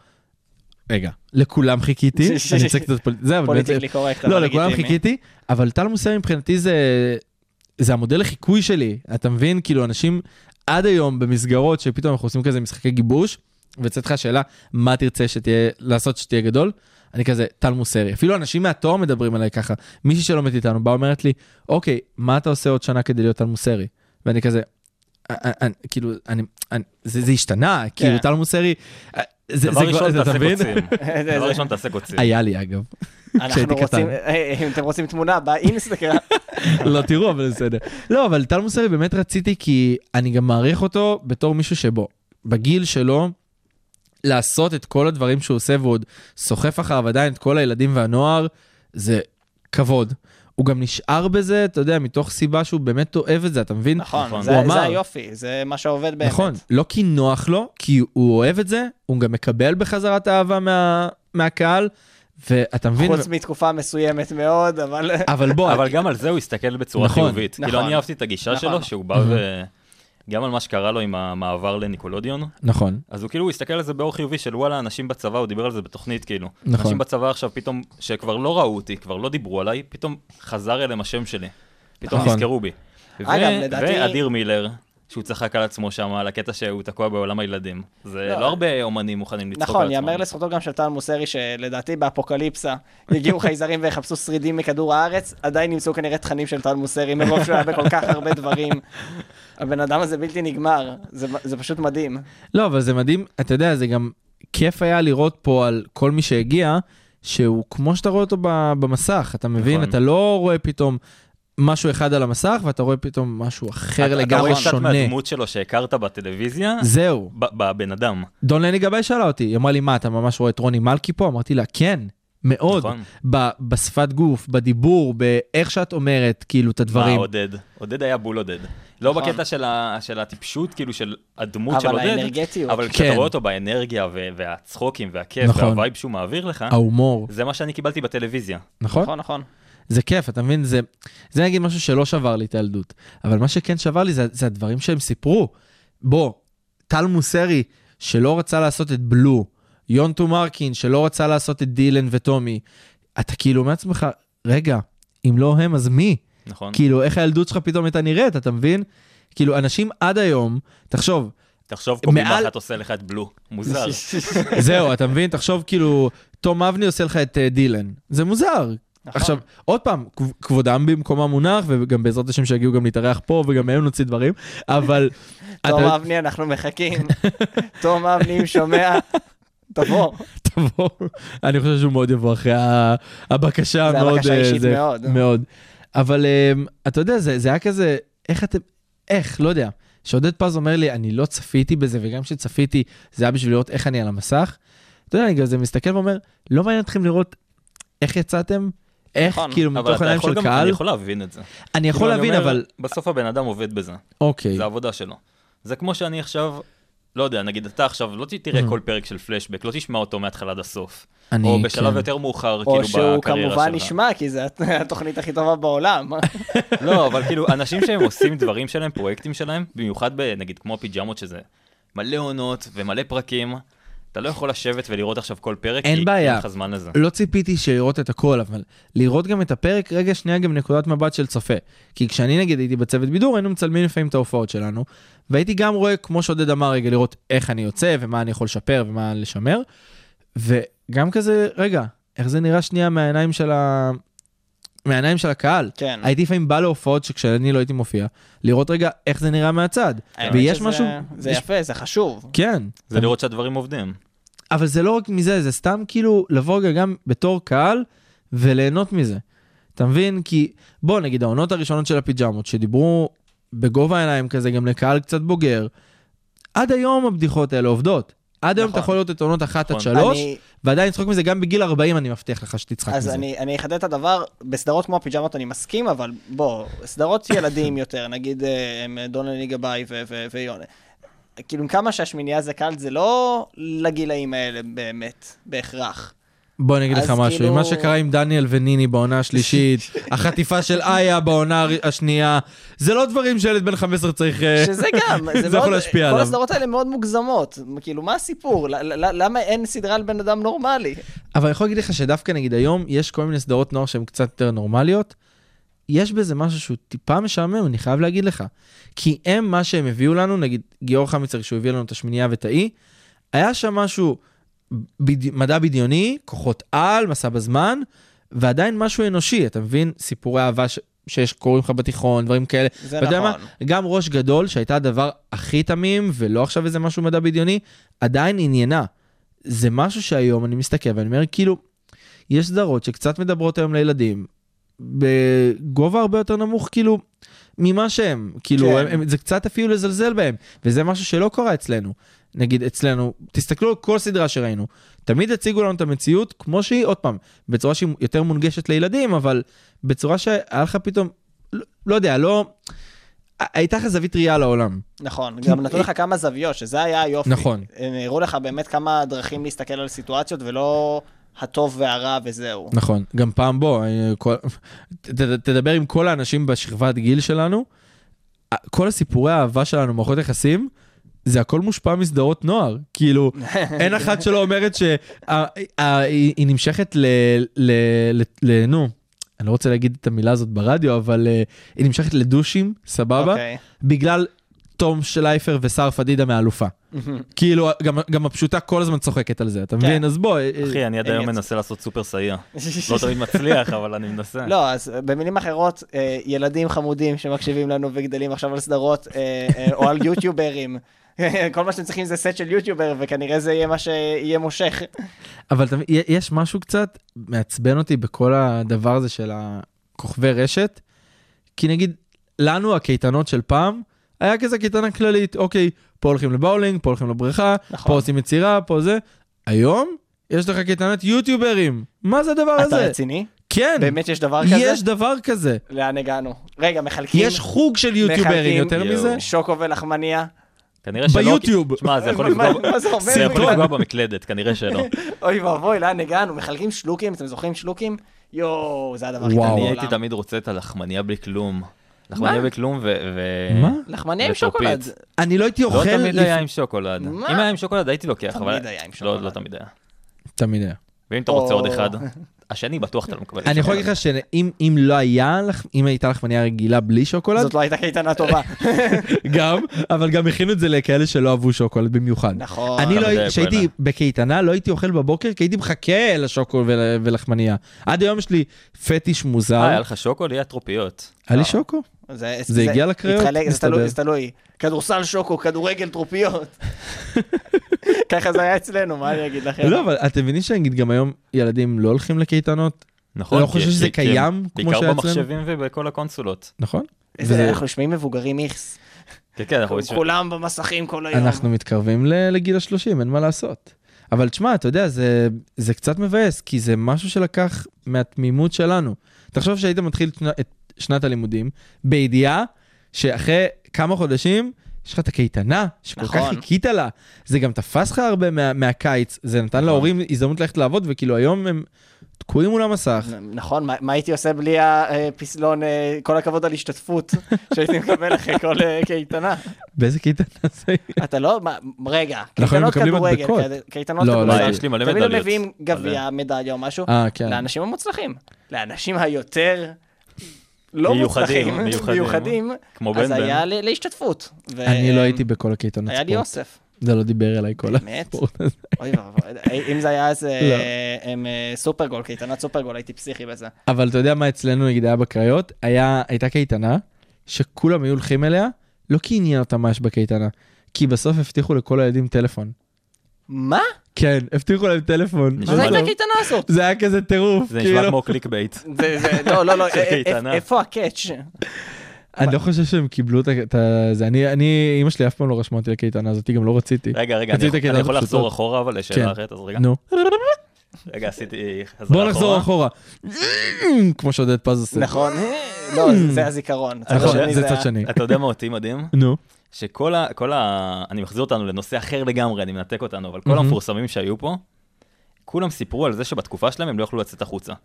Speaker 4: רגע, לכולם
Speaker 5: [LAUGHS]
Speaker 4: חיכיתי, אני רוצה קצת פול- זה, אבל באמת-
Speaker 5: [LAUGHS] פוליטיקלי קורקט, אבל
Speaker 4: לא, לכולם
Speaker 5: לגיטימי.
Speaker 4: חיכיתי, אבל טל מוסר מבחינתי זה, זה המודל לחיקוי שלי. אתה מבין? כאילו, אנשים עד היום במסגרות שפתאום אנחנו עושים כזה משחקי גיבוש, ויוצאת לך השאלה, מה תרצה שתהיה, לעשות שתהיה גדול? אני כזה, טל מוסרי. אפילו אנשים מהתואר מדברים עליי ככה. מישהי שלומדת איתנו באה אומרת לי, אוקיי, מה אתה עושה עוד שנה כדי להיות טל מוסרי? ואני כזה, "אה, אה, אה, כאילו, אני, אני, זה, זה השתנה, כאילו, טל מוסרי, אה, זה,
Speaker 6: כן. דבר
Speaker 4: זה כבר,
Speaker 6: ראשון
Speaker 4: זה, אתה
Speaker 6: תעשה
Speaker 4: מבין? [LAUGHS]
Speaker 6: קוצים.
Speaker 5: [LAUGHS] זה-
Speaker 6: דבר
Speaker 5: זה-
Speaker 6: ראשון תעשה קוצים.
Speaker 4: היה לי אגב. לא, כשהייתי
Speaker 5: אנחנו
Speaker 4: קטן.
Speaker 5: רוצים, [LAUGHS] אה, אם אתם רוצים
Speaker 4: [LAUGHS]
Speaker 5: תמונה באינסטגרם,
Speaker 4: לא, תראו, אבל בסדר. לא, אבל טל מוסרי באמת רציתי, כי אני גם מעריך אותו בתור מישהו שבו, בגיל שלו, לעשות את כל הדברים שהוא עושה, והוא עוד סוחף אחריו עדיין את כל הילדים והנוער, זה כבוד. הוא גם נשאר בזה, אתה יודע, מתוך סיבה שהוא באמת אוהב את זה, אתה מבין?
Speaker 5: נכון,
Speaker 6: נכון.
Speaker 5: זה
Speaker 4: הוא
Speaker 5: זה
Speaker 4: אמר-
Speaker 5: היופי, זה מה שעובד באמת.
Speaker 4: נכון, לא כי נוח לו, כי הוא אוהב את זה, הוא גם מקבל בחזרה את האהבה מה, מהקהל, ואתה מבין?
Speaker 5: חוץ מתקופה מסוימת מאוד, אבל...
Speaker 4: אבל בוא,
Speaker 6: אבל גם על זה הוא הסתכל בצורה
Speaker 4: אה, נכון.
Speaker 6: חיובית. כאילו,
Speaker 5: נכון.
Speaker 6: אני אהבתי את הגישה
Speaker 5: נכון.
Speaker 6: שלו, שהוא בא ו... גם על מה שקרה לו עם המעבר לניקולודיון,
Speaker 4: נכון,
Speaker 6: אז הוא כאילו הוא הסתכל על זה באור חיובי של וואלה, אנשים בצבא, הוא דיבר על זה בתוכנית כאילו.
Speaker 4: נכון.
Speaker 6: אנשים בצבא עכשיו פתאום, שכבר לא ראו אותי, כבר לא דיברו עליי, פתאום חזר אליהם השם שלי. פתאום
Speaker 4: נכון.
Speaker 6: נזכרו בי.
Speaker 5: אגב,
Speaker 6: ו-
Speaker 5: לדעתי-
Speaker 6: ואדיר מילר, שהוא צחק על עצמו שם, על הקטע שהוא תקוע בעולם הילדים. זה
Speaker 5: לא.
Speaker 6: לא הרבה אומנים מוכנים לצחוק על
Speaker 5: נכון,
Speaker 6: עצמם.
Speaker 5: יאמר לזכותו גם של טל מוסרי, שלדעתי באפוקליפסה יגיעו חייזרים ויחפשו שרידים מכדור הארץ, עדיין נמצאו כנראה תכנים של טל מוסרי, מרוב שהוא היה בכל כך הרבה דברים. הבן אדם הזה בלתי נגמר, זה- זה פשוט מדהים.
Speaker 4: לא, אבל זה מדהים, אתה יודע, זה גם כיף היה לראות פה על כל מי שהגיע, שהוא כמו שאתה רואה אותו ב- במסך, אתה מבין?
Speaker 6: נכון.
Speaker 4: אתה לא רואה פתאום משהו אחד על המסך, ואתה רואה פתאום משהו אחר
Speaker 6: אתה-
Speaker 4: לגמרי
Speaker 6: אתה רואה
Speaker 4: שונה.
Speaker 6: קצת מהדמות שלו שהכרת בטלוויזיה,
Speaker 4: זהו.
Speaker 6: ב- בבן אדם.
Speaker 4: דון לני גבאי שאלה אותי, היא אמרה לי, מה, אתה ממש רואה את רוני מלכי פה? אמרתי לה, כן, מאוד.
Speaker 6: נכון.
Speaker 4: ב- בשפת גוף, בדיבור, באיך שאת אומרת, כאילו, את
Speaker 6: מה
Speaker 4: הדברים.
Speaker 6: עודד? עודד היה בול עודד. לא
Speaker 5: נכון.
Speaker 6: בקטע של ה- של הטיפשות, כאילו של הדמות
Speaker 5: אבל
Speaker 6: של עודד.
Speaker 5: האנרגטיות.
Speaker 6: אבל
Speaker 4: כן.
Speaker 6: כשאתה רואה אותו באנרגיה ו- והצחוקים והכיף
Speaker 4: נכון.
Speaker 6: והווייב שהוא מעביר לך,
Speaker 4: ההומור,
Speaker 6: זה מה שאני קיבלתי בטלוויזיה.
Speaker 4: נכון?
Speaker 5: נכון, נכון.
Speaker 4: זה כיף, אתה מבין? זה, זה נגיד משהו שלא שבר לי את הילדות, אבל מה שכן שבר לי זה, זה הדברים שהם סיפרו. בוא, טל מוסרי, שלא רצה לעשות את בלו, יונטו מרקין, שלא רצה לעשות את דילן וטומי, אתה כאילו אומר לעצמך, רגע, אם לא הם, אז מי?
Speaker 6: נכון?
Speaker 4: כאילו, איך הילדות שלך פתאום הייתה נראית, אתה מבין? כאילו, אנשים עד היום, תחשוב,
Speaker 6: תחשוב, קובי
Speaker 4: מעל-
Speaker 6: מחט עושה לך את בלו. מוזר.
Speaker 4: זהו, אתה מבין? תחשוב, כאילו, תום אבני עושה לך את אה, דילן. זה מוזר.
Speaker 5: נכון.
Speaker 4: עכשיו, עוד פעם, כב- כבודם במקומם מונח, וגם בעזרת השם שיגיעו גם להתארח פה, וגם מהם נוציא דברים,
Speaker 6: [LAUGHS]
Speaker 4: אבל...
Speaker 5: תום
Speaker 4: אתה-
Speaker 5: אבני, אנחנו מחכים. תום אבני, אם שומע, תבוא.
Speaker 4: תבוא. אני חושב שהוא מאוד יבוא אחרי ה- הבקשה
Speaker 5: זה
Speaker 4: המאוד...
Speaker 5: הבקשה
Speaker 4: אה,
Speaker 5: האישית
Speaker 4: זה-
Speaker 5: מאוד.
Speaker 4: מאוד. אבל אמ, אתה יודע, זה זה היה כזה, איך אתם, איך, לא יודע. שעודד פז אומר לי, אני לא צפיתי בזה, וגם כשצפיתי, זה היה בשביל לראות איך אני על המסך. אתה יודע, אני כזה מסתכל ואומר, לא מעניין אתכם לראות איך יצאתם? איך,
Speaker 6: נכון,
Speaker 4: כאילו,
Speaker 6: אבל
Speaker 4: מתוך
Speaker 6: אתה
Speaker 4: עיניים
Speaker 6: יכול
Speaker 4: של
Speaker 6: גם-
Speaker 4: קהל?
Speaker 6: אני יכול להבין את זה.
Speaker 4: אני יכול
Speaker 6: כאילו,
Speaker 4: להבין,
Speaker 6: אומר,
Speaker 4: אבל...
Speaker 6: בסוף הבן אדם עובד בזה,
Speaker 4: אוקיי.
Speaker 6: זה העבודה שלו. זה כמו שאני עכשיו, לא יודע, נגיד אתה עכשיו לא ת- תראה כל פרק של פלשבק, לא תשמע אותו מההתחלה עד הסוף.
Speaker 4: Mm. אני-
Speaker 6: או בשלב
Speaker 4: כן.
Speaker 6: יותר מאוחר, כאילו,
Speaker 5: או
Speaker 6: בקריירה שלך.
Speaker 5: שהוא כמובן ישמע, כי זו [LAUGHS] התוכנית הכי טובה בעולם.
Speaker 6: [LAUGHS] לא, אבל כאילו, אנשים שהם עושים דברים שלהם, פרויקטים שלהם, במיוחד ב- נגיד כמו הפיג'מות, שזה מלא עונות ומלא פרקים, אתה לא יכול לשבת ולראות עכשיו כל פרק,
Speaker 4: אין
Speaker 6: כי
Speaker 4: בעיה.
Speaker 6: אין לך זמן לזה.
Speaker 4: לא ציפיתי שלראות את הכל, אבל לראות גם את הפרק, רגע שנייה גם נקודת מבט של צופה. כי כשאני נגיד הייתי בצוות בידור, היינו מצלמים לפעמים את ההופעות שלנו, והייתי גם רואה, כמו שעודד אמר, רגע לראות איך אני יוצא, ומה אני יכול לשפר, ומה לשמר, וגם כזה, רגע, איך זה נראה שנייה מהעיניים של ה... מהעיניים של הקהל.
Speaker 5: כן.
Speaker 4: הייתי לפעמים בא להופעות שכשאני לא הייתי מופיע, לראות רגע איך זה נראה מהצד.
Speaker 5: האמת
Speaker 4: ויש
Speaker 5: שזה-
Speaker 4: משהו...
Speaker 5: זה
Speaker 4: יש-
Speaker 5: יפה, זה חשוב.
Speaker 4: כן.
Speaker 6: זה לראות שהדברים עובדים.
Speaker 4: אבל זה לא רק מזה, זה סתם כאילו לבוא רגע גם בתור קהל וליהנות מזה. אתה מבין? כי בוא נגיד העונות הראשונות של הפיג'מות שדיברו בגובה העיניים כזה גם לקהל קצת בוגר, עד היום הבדיחות האלה עובדות. עד היום
Speaker 5: נכון.
Speaker 4: אתה יכול לראות את עונות אחת עד
Speaker 6: נכון.
Speaker 4: שלוש,
Speaker 5: אני-
Speaker 4: ועדיין לצחוק מזה גם בגיל 40 אני מבטיח לך שתצחק
Speaker 5: אז
Speaker 4: מזה.
Speaker 5: אני, אני אחדד את הדבר, בסדרות כמו הפיג'מות אני מסכים, אבל בוא, סדרות [LAUGHS] ילדים יותר, נגיד אה, הם, דונלני גבאי ו- ו- ויונה. כאילו, עם כמה שהשמינייה זה קל, זה לא לגילאים האלה באמת, בהכרח.
Speaker 4: בוא אני אגיד
Speaker 5: אז
Speaker 4: לך משהו,
Speaker 5: כאילו-
Speaker 4: עם מה שקרה עם דניאל וניני בעונה
Speaker 5: [LAUGHS]
Speaker 4: השלישית, החטיפה של איה בעונה הר- השנייה, זה לא דברים שילד בן 15 צריך... אה,
Speaker 5: שזה גם,
Speaker 4: [LAUGHS] זה יכול להשפיע
Speaker 5: כל
Speaker 4: עליו.
Speaker 5: הסדרות האלה מאוד מוגזמות. כאילו, מה הסיפור? ל- ל- ל- למה אין סדרה על בן אדם נורמלי?
Speaker 4: אבל אני יכול להגיד לך שדווקא נגיד היום, יש כל מיני סדרות נוער שהן קצת יותר נורמליות. יש בזה משהו שהוא טיפה משעמם, אני חייב להגיד לך. כי הם, מה שהם הביאו לנו, נגיד גיאור חמיצר, שהוא הביא לנו את השמינייה ואת האי, היה שם משהו, בד... מדע בדיוני, כוחות על, מסע בזמן, ועדיין משהו אנושי, אתה מבין? סיפורי אהבה ש... שיש, קוראים לך בתיכון, דברים כאלה.
Speaker 5: זה
Speaker 4: ואתה יודע
Speaker 5: נכון.
Speaker 4: מה? גם ראש גדול, שהייתה הדבר הכי תמים, ולא עכשיו איזה משהו מדע בדיוני, עדיין עניינה. זה משהו שהיום אני מסתכל ואני אומר, כאילו, יש סדרות שקצת מדברות היום לילדים, בגובה הרבה יותר נמוך, כאילו, ממה שהם. כאילו,
Speaker 5: כן.
Speaker 4: כן. הם, הם, זה קצת אפילו לזלזל בהם, וזה משהו שלא קרה אצלנו. נגיד אצלנו, תסתכלו על כל סדרה שראינו, תמיד הציגו לנו את המציאות כמו שהיא, עוד פעם, בצורה שהיא יותר מונגשת לילדים, אבל בצורה שהיה לך פתאום, לא, לא יודע, לא... הייתה לך זווית ראייה לעולם.
Speaker 5: נכון, גם נתנו לך כמה זוויות, שזה היה היופי.
Speaker 4: אה, נכון.
Speaker 5: הם הראו לך באמת כמה דרכים להסתכל על סיטואציות, ולא הטוב והרע וזהו.
Speaker 4: נכון, גם פעם בוא, אה, כל... ת- ת- תדבר עם כל האנשים בשכבת גיל שלנו, אה, כל הסיפורי האהבה שלנו, מערכות יחסים, זה הכל מושפע מסדרות נוער. [LAUGHS] כאילו, אין אחת שלא אומרת שהיא נמשכת ל... ל... ל... ל... נו, אני לא רוצה להגיד את המילה הזאת ברדיו, אבל אה, היא נמשכת לדושים, סבבה?
Speaker 5: אוקיי.
Speaker 4: בגלל תום שלייפר ושר פדידה
Speaker 5: [LAUGHS]
Speaker 4: מהאלופה. כאילו, גם- גם הפשוטה כל הזמן צוחקת על זה, אתה
Speaker 5: כן.
Speaker 4: מבין? אז בוא... אה,
Speaker 6: אחי, אני עד
Speaker 5: הם
Speaker 6: היום
Speaker 5: יצ-
Speaker 6: מנסה לעשות סופר סייע.
Speaker 5: [LAUGHS]
Speaker 6: לא תמיד מצליח, אבל אני מנסה.
Speaker 5: אה, לא, אז במילים אחרות, אה, ילדים חמודים שמקשיבים לנו וגדלים עכשיו על סדרות, אה, אה, או על יוטיוברים. [LAUGHS] כל מה שאתם צריכים זה סט של יוטיובר, וכנראה זה יהיה מה שיהיה מושך.
Speaker 4: אבל אתה מבין, יש משהו קצת מעצבן אותי בכל הדבר הזה של הכוכבי רשת, כי נגיד, לנו הקייטנות של פעם, היה כזה קייטנה כללית, אוקיי, פה הולכים לבאולינג, פה הולכים לבריכה,
Speaker 5: נכון.
Speaker 4: פה עושים יצירה, פה זה. היום יש לך קייטנת יוטיוברים, [LAUGHS] מה זה הדבר
Speaker 5: אתה
Speaker 4: הזה?
Speaker 5: רציני?
Speaker 4: כן,
Speaker 5: באמת יש דבר כזה?
Speaker 4: יש דבר כזה.
Speaker 5: לאן הגענו? רגע, מחלקים?
Speaker 4: יש חוג של יוטיוברים,
Speaker 5: מחלקים-
Speaker 4: יותר
Speaker 6: יואו.
Speaker 4: מזה?
Speaker 5: שוקו ולחמניה?
Speaker 6: כנראה שלא.
Speaker 4: ביוטיוב.
Speaker 5: [LAUGHS]
Speaker 6: שמע, זה יכול
Speaker 5: מה-
Speaker 6: לפגוע...
Speaker 5: מה זה אומר
Speaker 6: זה יכול
Speaker 5: בכלל?
Speaker 6: לפגוע במקלדת, כנראה שלא.
Speaker 5: אוי ואבוי, לאן הגענו? מחלקים שלוקים? אתם זוכרים שלוקים? יואו, זה הדבר הכי טוב
Speaker 4: וואו.
Speaker 6: אני
Speaker 5: בעולם.
Speaker 6: הייתי תמיד רוצה את הלחמניה בלי כלום. לחמניה בלי כלום ו... ו-
Speaker 4: מה?
Speaker 5: לחמניה עם
Speaker 6: וטרופית.
Speaker 5: שוקולד.
Speaker 4: אני לא הייתי
Speaker 6: לא
Speaker 4: אוכל...
Speaker 6: תמיד
Speaker 4: לפ-
Speaker 6: היה עם שוקולד.
Speaker 5: מה?
Speaker 6: אם היה עם שוקולד הייתי לוקח,
Speaker 5: תמיד
Speaker 6: אבל...
Speaker 5: היה עם
Speaker 6: לא,
Speaker 5: שוקולד.
Speaker 6: לא תמיד היה.
Speaker 4: תמיד היה.
Speaker 6: ואם אתה רוצה
Speaker 5: או-
Speaker 6: עוד אחד, השני בטוח אתה לא מקבל.
Speaker 4: אני יכול להגיד לך שאם אם לא היה לך, אם הייתה לחמניה רגילה בלי שוקולד,
Speaker 5: זאת לא הייתה
Speaker 4: [LAUGHS]
Speaker 5: קייטנה טובה.
Speaker 4: גם, אבל גם הכינו את זה לכאלה שלא אהבו שוקולד במיוחד.
Speaker 5: נכון.
Speaker 4: אני
Speaker 6: אתה
Speaker 4: לא הייתי,
Speaker 6: מדייק,
Speaker 4: כשהייתי
Speaker 6: בואנה.
Speaker 4: בקייטנה, לא הייתי אוכל בבוקר, כי הייתי מחכה לשוקול ול- ולחמניה. עד היום יש לי פטיש מוזר.
Speaker 6: אה, היה לך שוקו? לי היה טרופיות.
Speaker 4: היה לי שוקו. זה הגיע לקריאות,
Speaker 5: התחלק, זה
Speaker 4: מסתבר.
Speaker 5: תלוי, זה תלוי. כדורסל שוקו, כדורגל
Speaker 4: [LAUGHS]
Speaker 5: טרופיות. ככה זה היה אצלנו, מה אני אגיד
Speaker 6: כן.
Speaker 5: לכם?
Speaker 4: לא, אבל אתם מבינים שנגיד גם היום ילדים לא הולכים לקייטנות,
Speaker 6: נכון.
Speaker 4: לא
Speaker 6: כי-
Speaker 4: חושב שזה
Speaker 6: כי- כי
Speaker 4: קיים
Speaker 6: הם
Speaker 4: כמו שהיה
Speaker 6: בעיקר
Speaker 4: אצלנו?
Speaker 6: במחשבים ובכל הקונסולות.
Speaker 4: נכון?
Speaker 5: איזה-
Speaker 4: וזה-
Speaker 5: אנחנו נשמעים מבוגרים איכס.
Speaker 6: כן, כן, אנחנו...
Speaker 5: כולם במסכים כל היום.
Speaker 4: אנחנו מתקרבים ל- לגיל השלושים, אין מה לעשות. אבל תשמע, אתה יודע, זה, זה קצת מבאס, כי זה משהו שלקח מהתמימות שלנו. תחשוב שהיית מתחיל את שנה- את שנת הלימודים בידיעה שאחרי כמה חודשים יש לך את הקייטנה, שכל
Speaker 5: נכון.
Speaker 4: נכון. כך חיכית לה. זה גם תפס לך הרבה מה, מהקיץ, זה נתן
Speaker 6: נכון.
Speaker 4: להורים הזדמנות ללכת לעבוד, וכאילו היום הם תקועים מול המסך.
Speaker 5: נ- נכון, מה- מה הייתי עושה בלי הפסלון, אה, כל הכבוד
Speaker 4: [LAUGHS]
Speaker 5: על השתתפות שהייתי מקבל אחרי כל אה, קייטנה.
Speaker 4: באיזה קייטנה
Speaker 5: [LAUGHS]
Speaker 4: זה?
Speaker 5: אתה לא, מה, רגע,
Speaker 4: אנחנו
Speaker 5: קייטנות
Speaker 4: מקבלים
Speaker 5: כדורגל,
Speaker 4: מדבקות.
Speaker 5: קי- קייטנות
Speaker 4: לא, לא
Speaker 5: כדורגל.
Speaker 4: הייתי.
Speaker 6: יש לי מלא
Speaker 5: תמיד הם
Speaker 6: מדליות.
Speaker 5: מביאים גביע, מדליה או משהו,
Speaker 4: אה, כן.
Speaker 5: לאנשים המוצלחים. לאנשים היותר לא
Speaker 6: מיוחדים,
Speaker 5: מוצלחים,
Speaker 6: מיוחדים.
Speaker 5: מיוחדים,
Speaker 6: כמו בן
Speaker 5: אז
Speaker 6: בן.
Speaker 5: היה ל- להשתתפות. ו-
Speaker 4: אני לא הייתי בכל הקייטנות
Speaker 5: היה לי
Speaker 4: ספורט.
Speaker 5: אוסף.
Speaker 4: זה לא דיבר אליי כל
Speaker 5: באמת?
Speaker 4: הספורט הזה.
Speaker 5: אוי ואבוי, אם זה היה איזה
Speaker 4: לא.
Speaker 5: אה, הם, אה, סופרגול, קייטנת סופרגול, הייתי פסיכי בזה.
Speaker 4: אבל אתה יודע מה אצלנו נגיד היה בקריות? היה, הייתה קייטנה שכולם היו הולכים אליה, לא כי עניין אותם מה יש בקייטנה, כי בסוף הבטיחו לכל הילדים טלפון.
Speaker 5: מה?
Speaker 4: כן, הבטיחו להם טלפון.
Speaker 5: מה
Speaker 6: נשמע
Speaker 5: זה
Speaker 6: לי-
Speaker 5: הייתה הקייטנה הזאת?
Speaker 4: [LAUGHS] זה היה כזה טירוף,
Speaker 6: זה
Speaker 4: כאילו.
Speaker 6: נשמע כמו קליק בייט.
Speaker 5: זה, זה, לא, לא, לא,
Speaker 6: של
Speaker 5: אה, אה,
Speaker 6: קייטנה.
Speaker 5: איפה הקאץ'?
Speaker 4: אני לא חושב שהם קיבלו את ה- את ה- זה. אני, אני, אמא שלי אף פעם לא רשמה אותי לקייטנה הזאת, היא גם לא רציתי.
Speaker 6: רגע, רגע,
Speaker 4: רציתי את
Speaker 6: אני- אני
Speaker 4: הקייטנות
Speaker 6: יכול לחזור
Speaker 4: הפשוטות.
Speaker 6: אחורה אבל
Speaker 4: כן.
Speaker 6: לשאלה אחרת, אז רגע.
Speaker 4: נו,
Speaker 6: רגע, עשיתי חזרה
Speaker 4: בוא נחזור אחורה. כמו שעודד פז עושה.
Speaker 5: נכון, אה, לא, זה- זה הזיכרון. הצד
Speaker 4: Hmm. נכון,
Speaker 5: השני
Speaker 4: זה צד
Speaker 5: ה-
Speaker 4: שני.
Speaker 6: אתה יודע מה אותי מדהים?
Speaker 4: נו,
Speaker 6: שכל ה... כל ה... אני מחזיר אותנו לנושא אחר לגמרי, אני מנתק אותנו, אבל כל
Speaker 4: מהמם.
Speaker 6: המפורסמים שהיו פה, כולם סיפרו על זה שבתקופה שלהם הם לא יכלו לצאת החוצה. אתה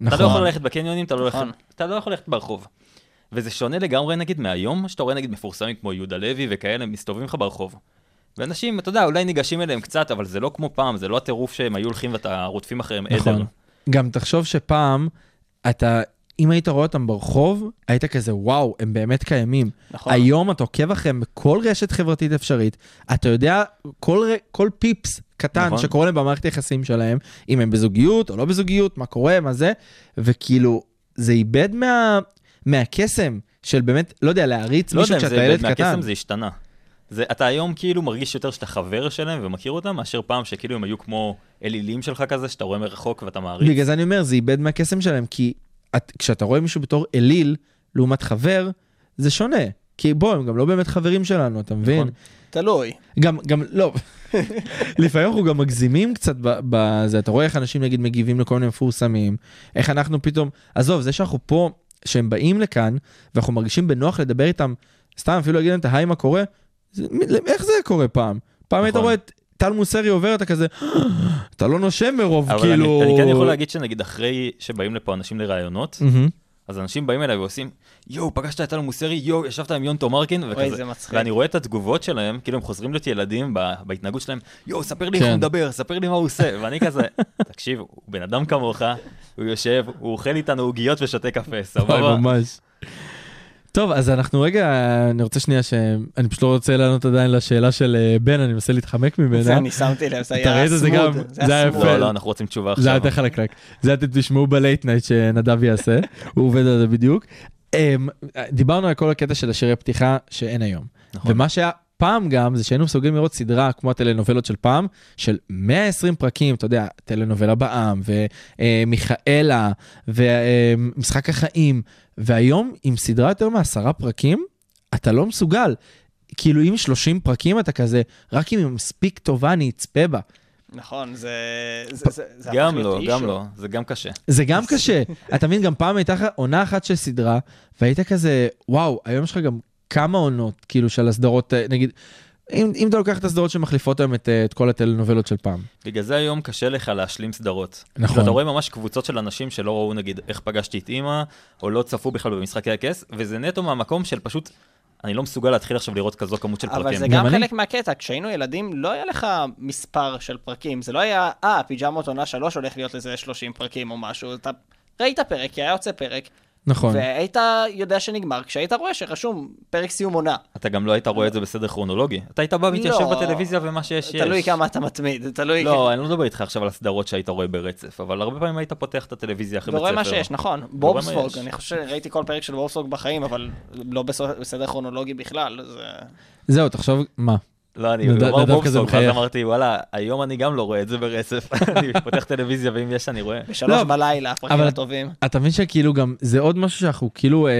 Speaker 6: לא יכול
Speaker 4: נכון.
Speaker 6: ללכת בקניונים, אתה לא הולך-
Speaker 5: נכון.
Speaker 6: אתה לא יכול ללכת ברחוב. וזה שונה לגמרי נגיד מהיום, שאתה רואה נגיד מפורסמים כמו יהודה לוי וכאלה, מסתובבים לך ברחוב. ואנשים, אתה יודע, אולי ניגשים אליהם קצת, אבל זה לא כמו פעם, זה לא הטירוף שהם היו הולכים ואתה רודפים אחריהם עדר.
Speaker 4: נכון. גם תחשוב שפעם, אתה, אם היית רואה אותם ברחוב, היית כזה, וואו, הם באמת קיימים.
Speaker 5: נכון.
Speaker 4: היום אתה עוקב אחריהם בכל רשת חברתית אפשרית, אתה יודע כל, ר- כל פיפס קטן
Speaker 6: נכון.
Speaker 4: נכון. שקורה להם במערכת היחסים שלהם, אם הם בזוגיות או לא בזוגיות, מה קורה, מה זה, וכאילו, זה איבד מה, מהקסם של באמת, לא יודע, להעריץ
Speaker 6: לא
Speaker 4: מישהו
Speaker 6: יודע אם
Speaker 4: כשאתה
Speaker 6: זה
Speaker 4: ילד קטן.
Speaker 6: מהקסם זה השתנה. זה, אתה היום כאילו מרגיש יותר שאתה חבר שלהם ומכיר אותם, מאשר פעם שכאילו הם היו כמו אלילים שלך כזה, שאתה רואה מרחוק ואתה מעריץ.
Speaker 4: בגלל זה אני אומר, זה איבד מהקסם שלהם, כי את, כשאתה רואה מישהו בתור אליל, לעומת חבר, זה שונה. כי בוא, הם גם לא באמת חברים שלנו, אתה מבין?
Speaker 6: נכון.
Speaker 4: נכון.
Speaker 5: תלוי.
Speaker 4: גם, גם, לא. [LAUGHS] לפעמים אנחנו גם מגזימים קצת ב- בזה, אתה רואה איך אנשים נגיד מגיבים לכל מיני מפורסמים, איך אנחנו פתאום, עזוב, זה שאנחנו פה, שהם באים לכאן, ואנחנו מרגישים בנוח לדבר איתם, סתם אפילו להגיד להם את ההיי מה קורה, זה, מ- איך זה קורה פעם? פעם היית
Speaker 6: נכון.
Speaker 4: רואה את טל מוסרי עובר, אתה כזה, אתה לא נושם מרוב,
Speaker 6: אבל
Speaker 4: כאילו...
Speaker 6: אני, אני כן יכול להגיד שנגיד אחרי שבאים לפה אנשים לראיונות,
Speaker 4: מהמם.
Speaker 6: אז אנשים באים אליי ועושים, יואו, פגשת את אלון מוסרי, יואו, ישבת עם יונטו מרקין, וכזה.
Speaker 5: זה מצחיק.
Speaker 6: ואני רואה את התגובות שלהם, כאילו הם חוזרים להיות ילדים ב- בהתנהגות שלהם, יואו, ספר לי איך
Speaker 4: כן.
Speaker 6: הוא מדבר, ספר לי מה הוא עושה, ואני כזה, תקשיב, הוא בן אדם כמוך, הוא יושב, הוא אוכל איתנו עוגיות ושותה קפה,
Speaker 4: וואי,
Speaker 6: סבבה?
Speaker 4: ממש. טוב, אז אנחנו רגע, אני רוצה שנייה ש... אני פשוט לא רוצה לענות עדיין לשאלה של אה, בן, אני מנסה להתחמק
Speaker 5: זה
Speaker 4: ממנה.
Speaker 5: אני שמתי לב, זה היה
Speaker 4: אתה ראית זה
Speaker 5: סמוד,
Speaker 4: גם? זה היה
Speaker 5: סמוד.
Speaker 4: יפה.
Speaker 6: לא, לא, אנחנו רוצים תשובה
Speaker 4: זה היה
Speaker 6: עכשיו.
Speaker 4: יותר חלקלק. זה אתם תשמעו בלייט נייט שנדב
Speaker 6: [LAUGHS]
Speaker 4: יעשה, הוא עובד על זה בדיוק. אמ, דיברנו על כל הקטע של השירי פתיחה שאין היום.
Speaker 6: נכון.
Speaker 4: ומה שהיה פעם גם, זה שהיינו מסוגלים לראות סדרה כמו הטלנובלות של פעם, של 120 פרקים, אתה יודע, טלנובלה בעם, ומיכאלה, ומשחק החיים, והיום עם סדרה יותר מעשרה פרקים, אתה לא מסוגל. כאילו אם 30 פרקים אתה כזה, רק אם היא מספיק טובה אני אצפה בה.
Speaker 5: נכון, זה... זה- זה- זה הפך
Speaker 6: גם
Speaker 5: להיות
Speaker 6: לא,
Speaker 5: אישו.
Speaker 6: גם לא, זה גם קשה.
Speaker 4: זה גם קשה. אתה מבין, גם פעם הייתה לך עונה אחת של סדרה, והיית כזה, וואו, היום יש לך גם כמה עונות, כאילו, של הסדרות, אה, נגיד, אם, אם אתה לוקח את הסדרות שמחליפות היום את, אה, את כל הטלנובלות של פעם.
Speaker 6: בגלל זה היום קשה לך להשלים סדרות.
Speaker 4: נכון.
Speaker 6: אתה רואה ממש קבוצות של אנשים שלא ראו נגיד איך פגשתי את אימא, או לא צפו בכלל במשחקי הכס, וזה נטו מהמקום של פשוט אני לא מסוגל להתחיל עכשיו לראות כזו כמות של פרקים.
Speaker 5: אבל זה
Speaker 4: גם
Speaker 5: גם
Speaker 4: אני.
Speaker 5: חלק מהקטע, כשהיינו ילדים לא היה לך מספר של פרקים, זה לא היה, אה, פיג'מות עונה 3 הולך להיות לזה 30 פרקים או משהו, אתה ראית פרק, כי היה יוצא פרק,
Speaker 4: נכון.
Speaker 5: והיית יודע שנגמר, כשהיית רואה שרשום פרק סיום עונה.
Speaker 6: אתה גם לא היית רואה את זה בסדר כרונולוגי. אתה היית בא מתיישב
Speaker 5: לא.
Speaker 6: בטלוויזיה ומה שיש יש.
Speaker 5: תלוי כמה אתה מתמיד, תלוי...
Speaker 6: לא, אני לא מדבר איתך עכשיו על הסדרות שהיית רואה ברצף, אבל הרבה פעמים היית פותח את הטלוויזיה אחרי בית ספר.
Speaker 5: ורואה מה שיש, נכון.
Speaker 6: ורואה מה
Speaker 5: בובספוג,
Speaker 6: יש.
Speaker 5: אני חושב שראיתי כל פרק של בובספוג בחיים, אבל לא בסדר בסדר כרונולוגי בכלל, זה...
Speaker 4: זהו, תחשוב, מה?
Speaker 6: לא, אני
Speaker 4: נדב-
Speaker 6: אמר
Speaker 4: נדב כזה
Speaker 6: בובספוג, ואז
Speaker 4: מחייך.
Speaker 6: אמרתי, וואלה, היום אני גם לא רואה את זה ברצף. [LAUGHS] אני פותח טלוויזיה, ואם יש, אני רואה.
Speaker 5: בשלוש
Speaker 4: לא,
Speaker 5: בלילה, הפרקים
Speaker 4: אבל-
Speaker 5: הטובים.
Speaker 4: אתה מבין שכאילו גם זה עוד משהו שאנחנו כאילו אה,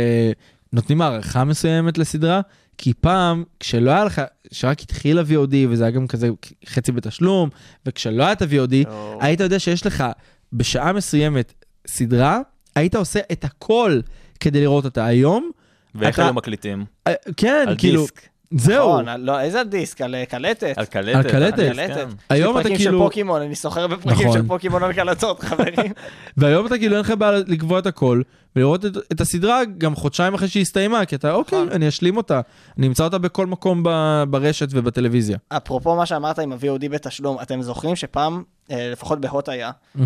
Speaker 4: נותנים הערכה מסוימת לסדרה כי פעם כשלא היה לך שרק התחיל ה-VOD וזה היה גם כזה חצי בתשלום וכשלא היה את ה-VOD
Speaker 6: אה,
Speaker 5: או.
Speaker 4: היית יודע שיש לך בשעה מסוימת סדרה היית עושה את הכל כדי לראות אותה היום
Speaker 6: ואיך
Speaker 4: אתה-
Speaker 6: היו מקליטים?
Speaker 4: אה, כן
Speaker 6: על
Speaker 4: כאילו
Speaker 6: דיסק,
Speaker 4: זהו
Speaker 5: נכון, לא, איזה דיסק, על אה, קלטת.
Speaker 6: על קלטת.
Speaker 4: על קלטת.
Speaker 6: על
Speaker 5: קלטת.
Speaker 6: כן.
Speaker 4: היום אתה
Speaker 5: פרקים של
Speaker 4: כאילו
Speaker 5: פוקימון, אני סוחר בפרקים
Speaker 4: נכון.
Speaker 5: של פוקימון על קלטות, חברים. [LAUGHS]
Speaker 4: והיום אתה כאילו אין לך בעיה לקבוע את הכל ולראות את, את הסדרה גם חודשיים אחרי שהיא הסתיימה כי אתה אוקיי
Speaker 5: נכון.
Speaker 4: אני אשלים אותה אני אמצא אותה בכל מקום ב, ברשת ובטלוויזיה.
Speaker 5: אפרופו מה שאמרת עם ה-VOD בתשלום, אתם זוכרים שפעם, אה, לפחות בהוט היה, אה,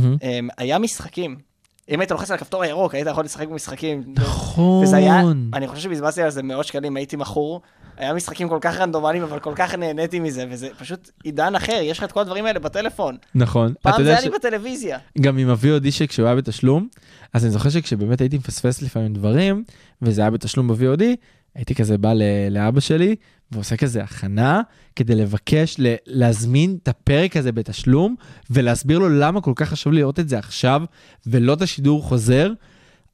Speaker 5: היה משחקים. אם היית לוחץ על הכפתור הירוק, היית יכול לשחק במשחקים.
Speaker 4: נכון.
Speaker 5: וזה היה, אני חושב שבזבזתי על זה מאות שקלים, הייתי מכור. היה משחקים כל כך רנדומליים, אבל כל כך נהניתי מזה, וזה פשוט עידן אחר, יש לך את כל הדברים האלה בטלפון.
Speaker 4: נכון. אתה
Speaker 5: פעם זה
Speaker 4: יודע
Speaker 5: היה
Speaker 4: ש-
Speaker 5: לי בטלוויזיה.
Speaker 4: גם עם ה-VOD שכשהוא היה בתשלום, אז אני זוכר שכשבאמת הייתי מפספס לפעמים דברים, וזה היה בתשלום ב-VOD, הייתי כזה בא ל- לאבא שלי, ועושה כזה הכנה, כדי לבקש ל- להזמין את הפרק הזה בתשלום, ולהסביר לו למה כל כך חשוב לי לראות את זה עכשיו, ולא את השידור חוזר.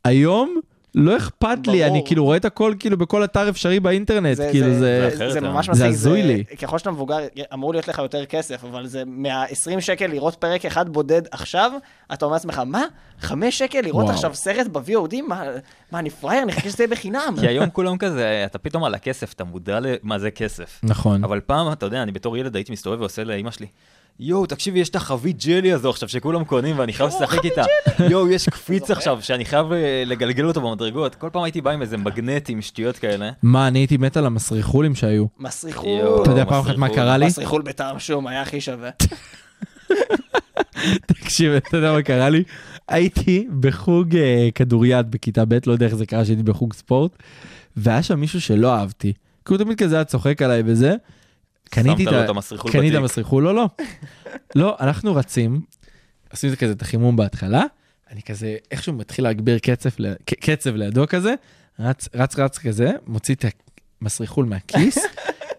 Speaker 4: היום... לא אכפת לי,
Speaker 5: ברור.
Speaker 4: אני כאילו רואה את הכל כאילו בכל אתר אפשרי באינטרנט, כאילו זה...
Speaker 6: אחרת,
Speaker 5: זה
Speaker 6: אה.
Speaker 5: ממש
Speaker 4: זה
Speaker 5: מצחיק,
Speaker 4: הזוי לי.
Speaker 5: ככל שאתה מבוגר, אמור להיות לך יותר כסף, אבל זה מה-20 שקל לראות פרק אחד בודד עכשיו, אתה אומר לעצמך, מה? 5 שקל לראות
Speaker 4: וואו.
Speaker 5: עכשיו סרט ב-VOD? מה, מה, אני פראייר? אני חכה שזה יהיה בחינם.
Speaker 4: כן.
Speaker 6: כי היום כולם כזה, אתה פתאום על הכסף, אתה מודע למה זה כסף.
Speaker 4: נכון.
Speaker 6: אבל פעם, אתה יודע, אני בתור ילד הייתי מסתובב ועושה לאמא שלי, יואו, תקשיבי, יש את החבית ג'לי הזו עכשיו שכולם קונים ואני חייב לשחק איתה. יואו, יש קפיץ עכשיו שאני חייב אה, לגלגל אותו במדרגות. כל פעם הייתי בא עם איזה מגנט עם שטויות כאלה.
Speaker 4: מה, אני הייתי מת על המסריחולים שהיו.
Speaker 5: מסריחול.
Speaker 6: יואו,
Speaker 4: אתה יודע פעם אחת מה
Speaker 6: מסריחול.
Speaker 4: קרה לי?
Speaker 5: מסריחול בטעם שום, היה הכי שווה.
Speaker 4: תקשיב, אתה יודע מה קרה לי? הייתי בחוג אה, כדוריד בכיתה ב', לא יודע איך זה קרה שהייתי בחוג ספורט, והיה שם מישהו שלא אהבתי. כי הוא תמיד כזה היה צוחק עליי וזה. קניתי
Speaker 6: לו את המסריחול
Speaker 4: קנית
Speaker 6: בתיק.
Speaker 4: מסריחול? לא, לא. לא, אנחנו רצים, עושים את זה כזה את החימום בהתחלה, אני כזה איכשהו מתחיל להגביר קצב, ל- ק- קצב לידו כזה, רץ רץ רץ כזה, מוציא את המסריחול
Speaker 6: [LAUGHS]
Speaker 4: מהכיס.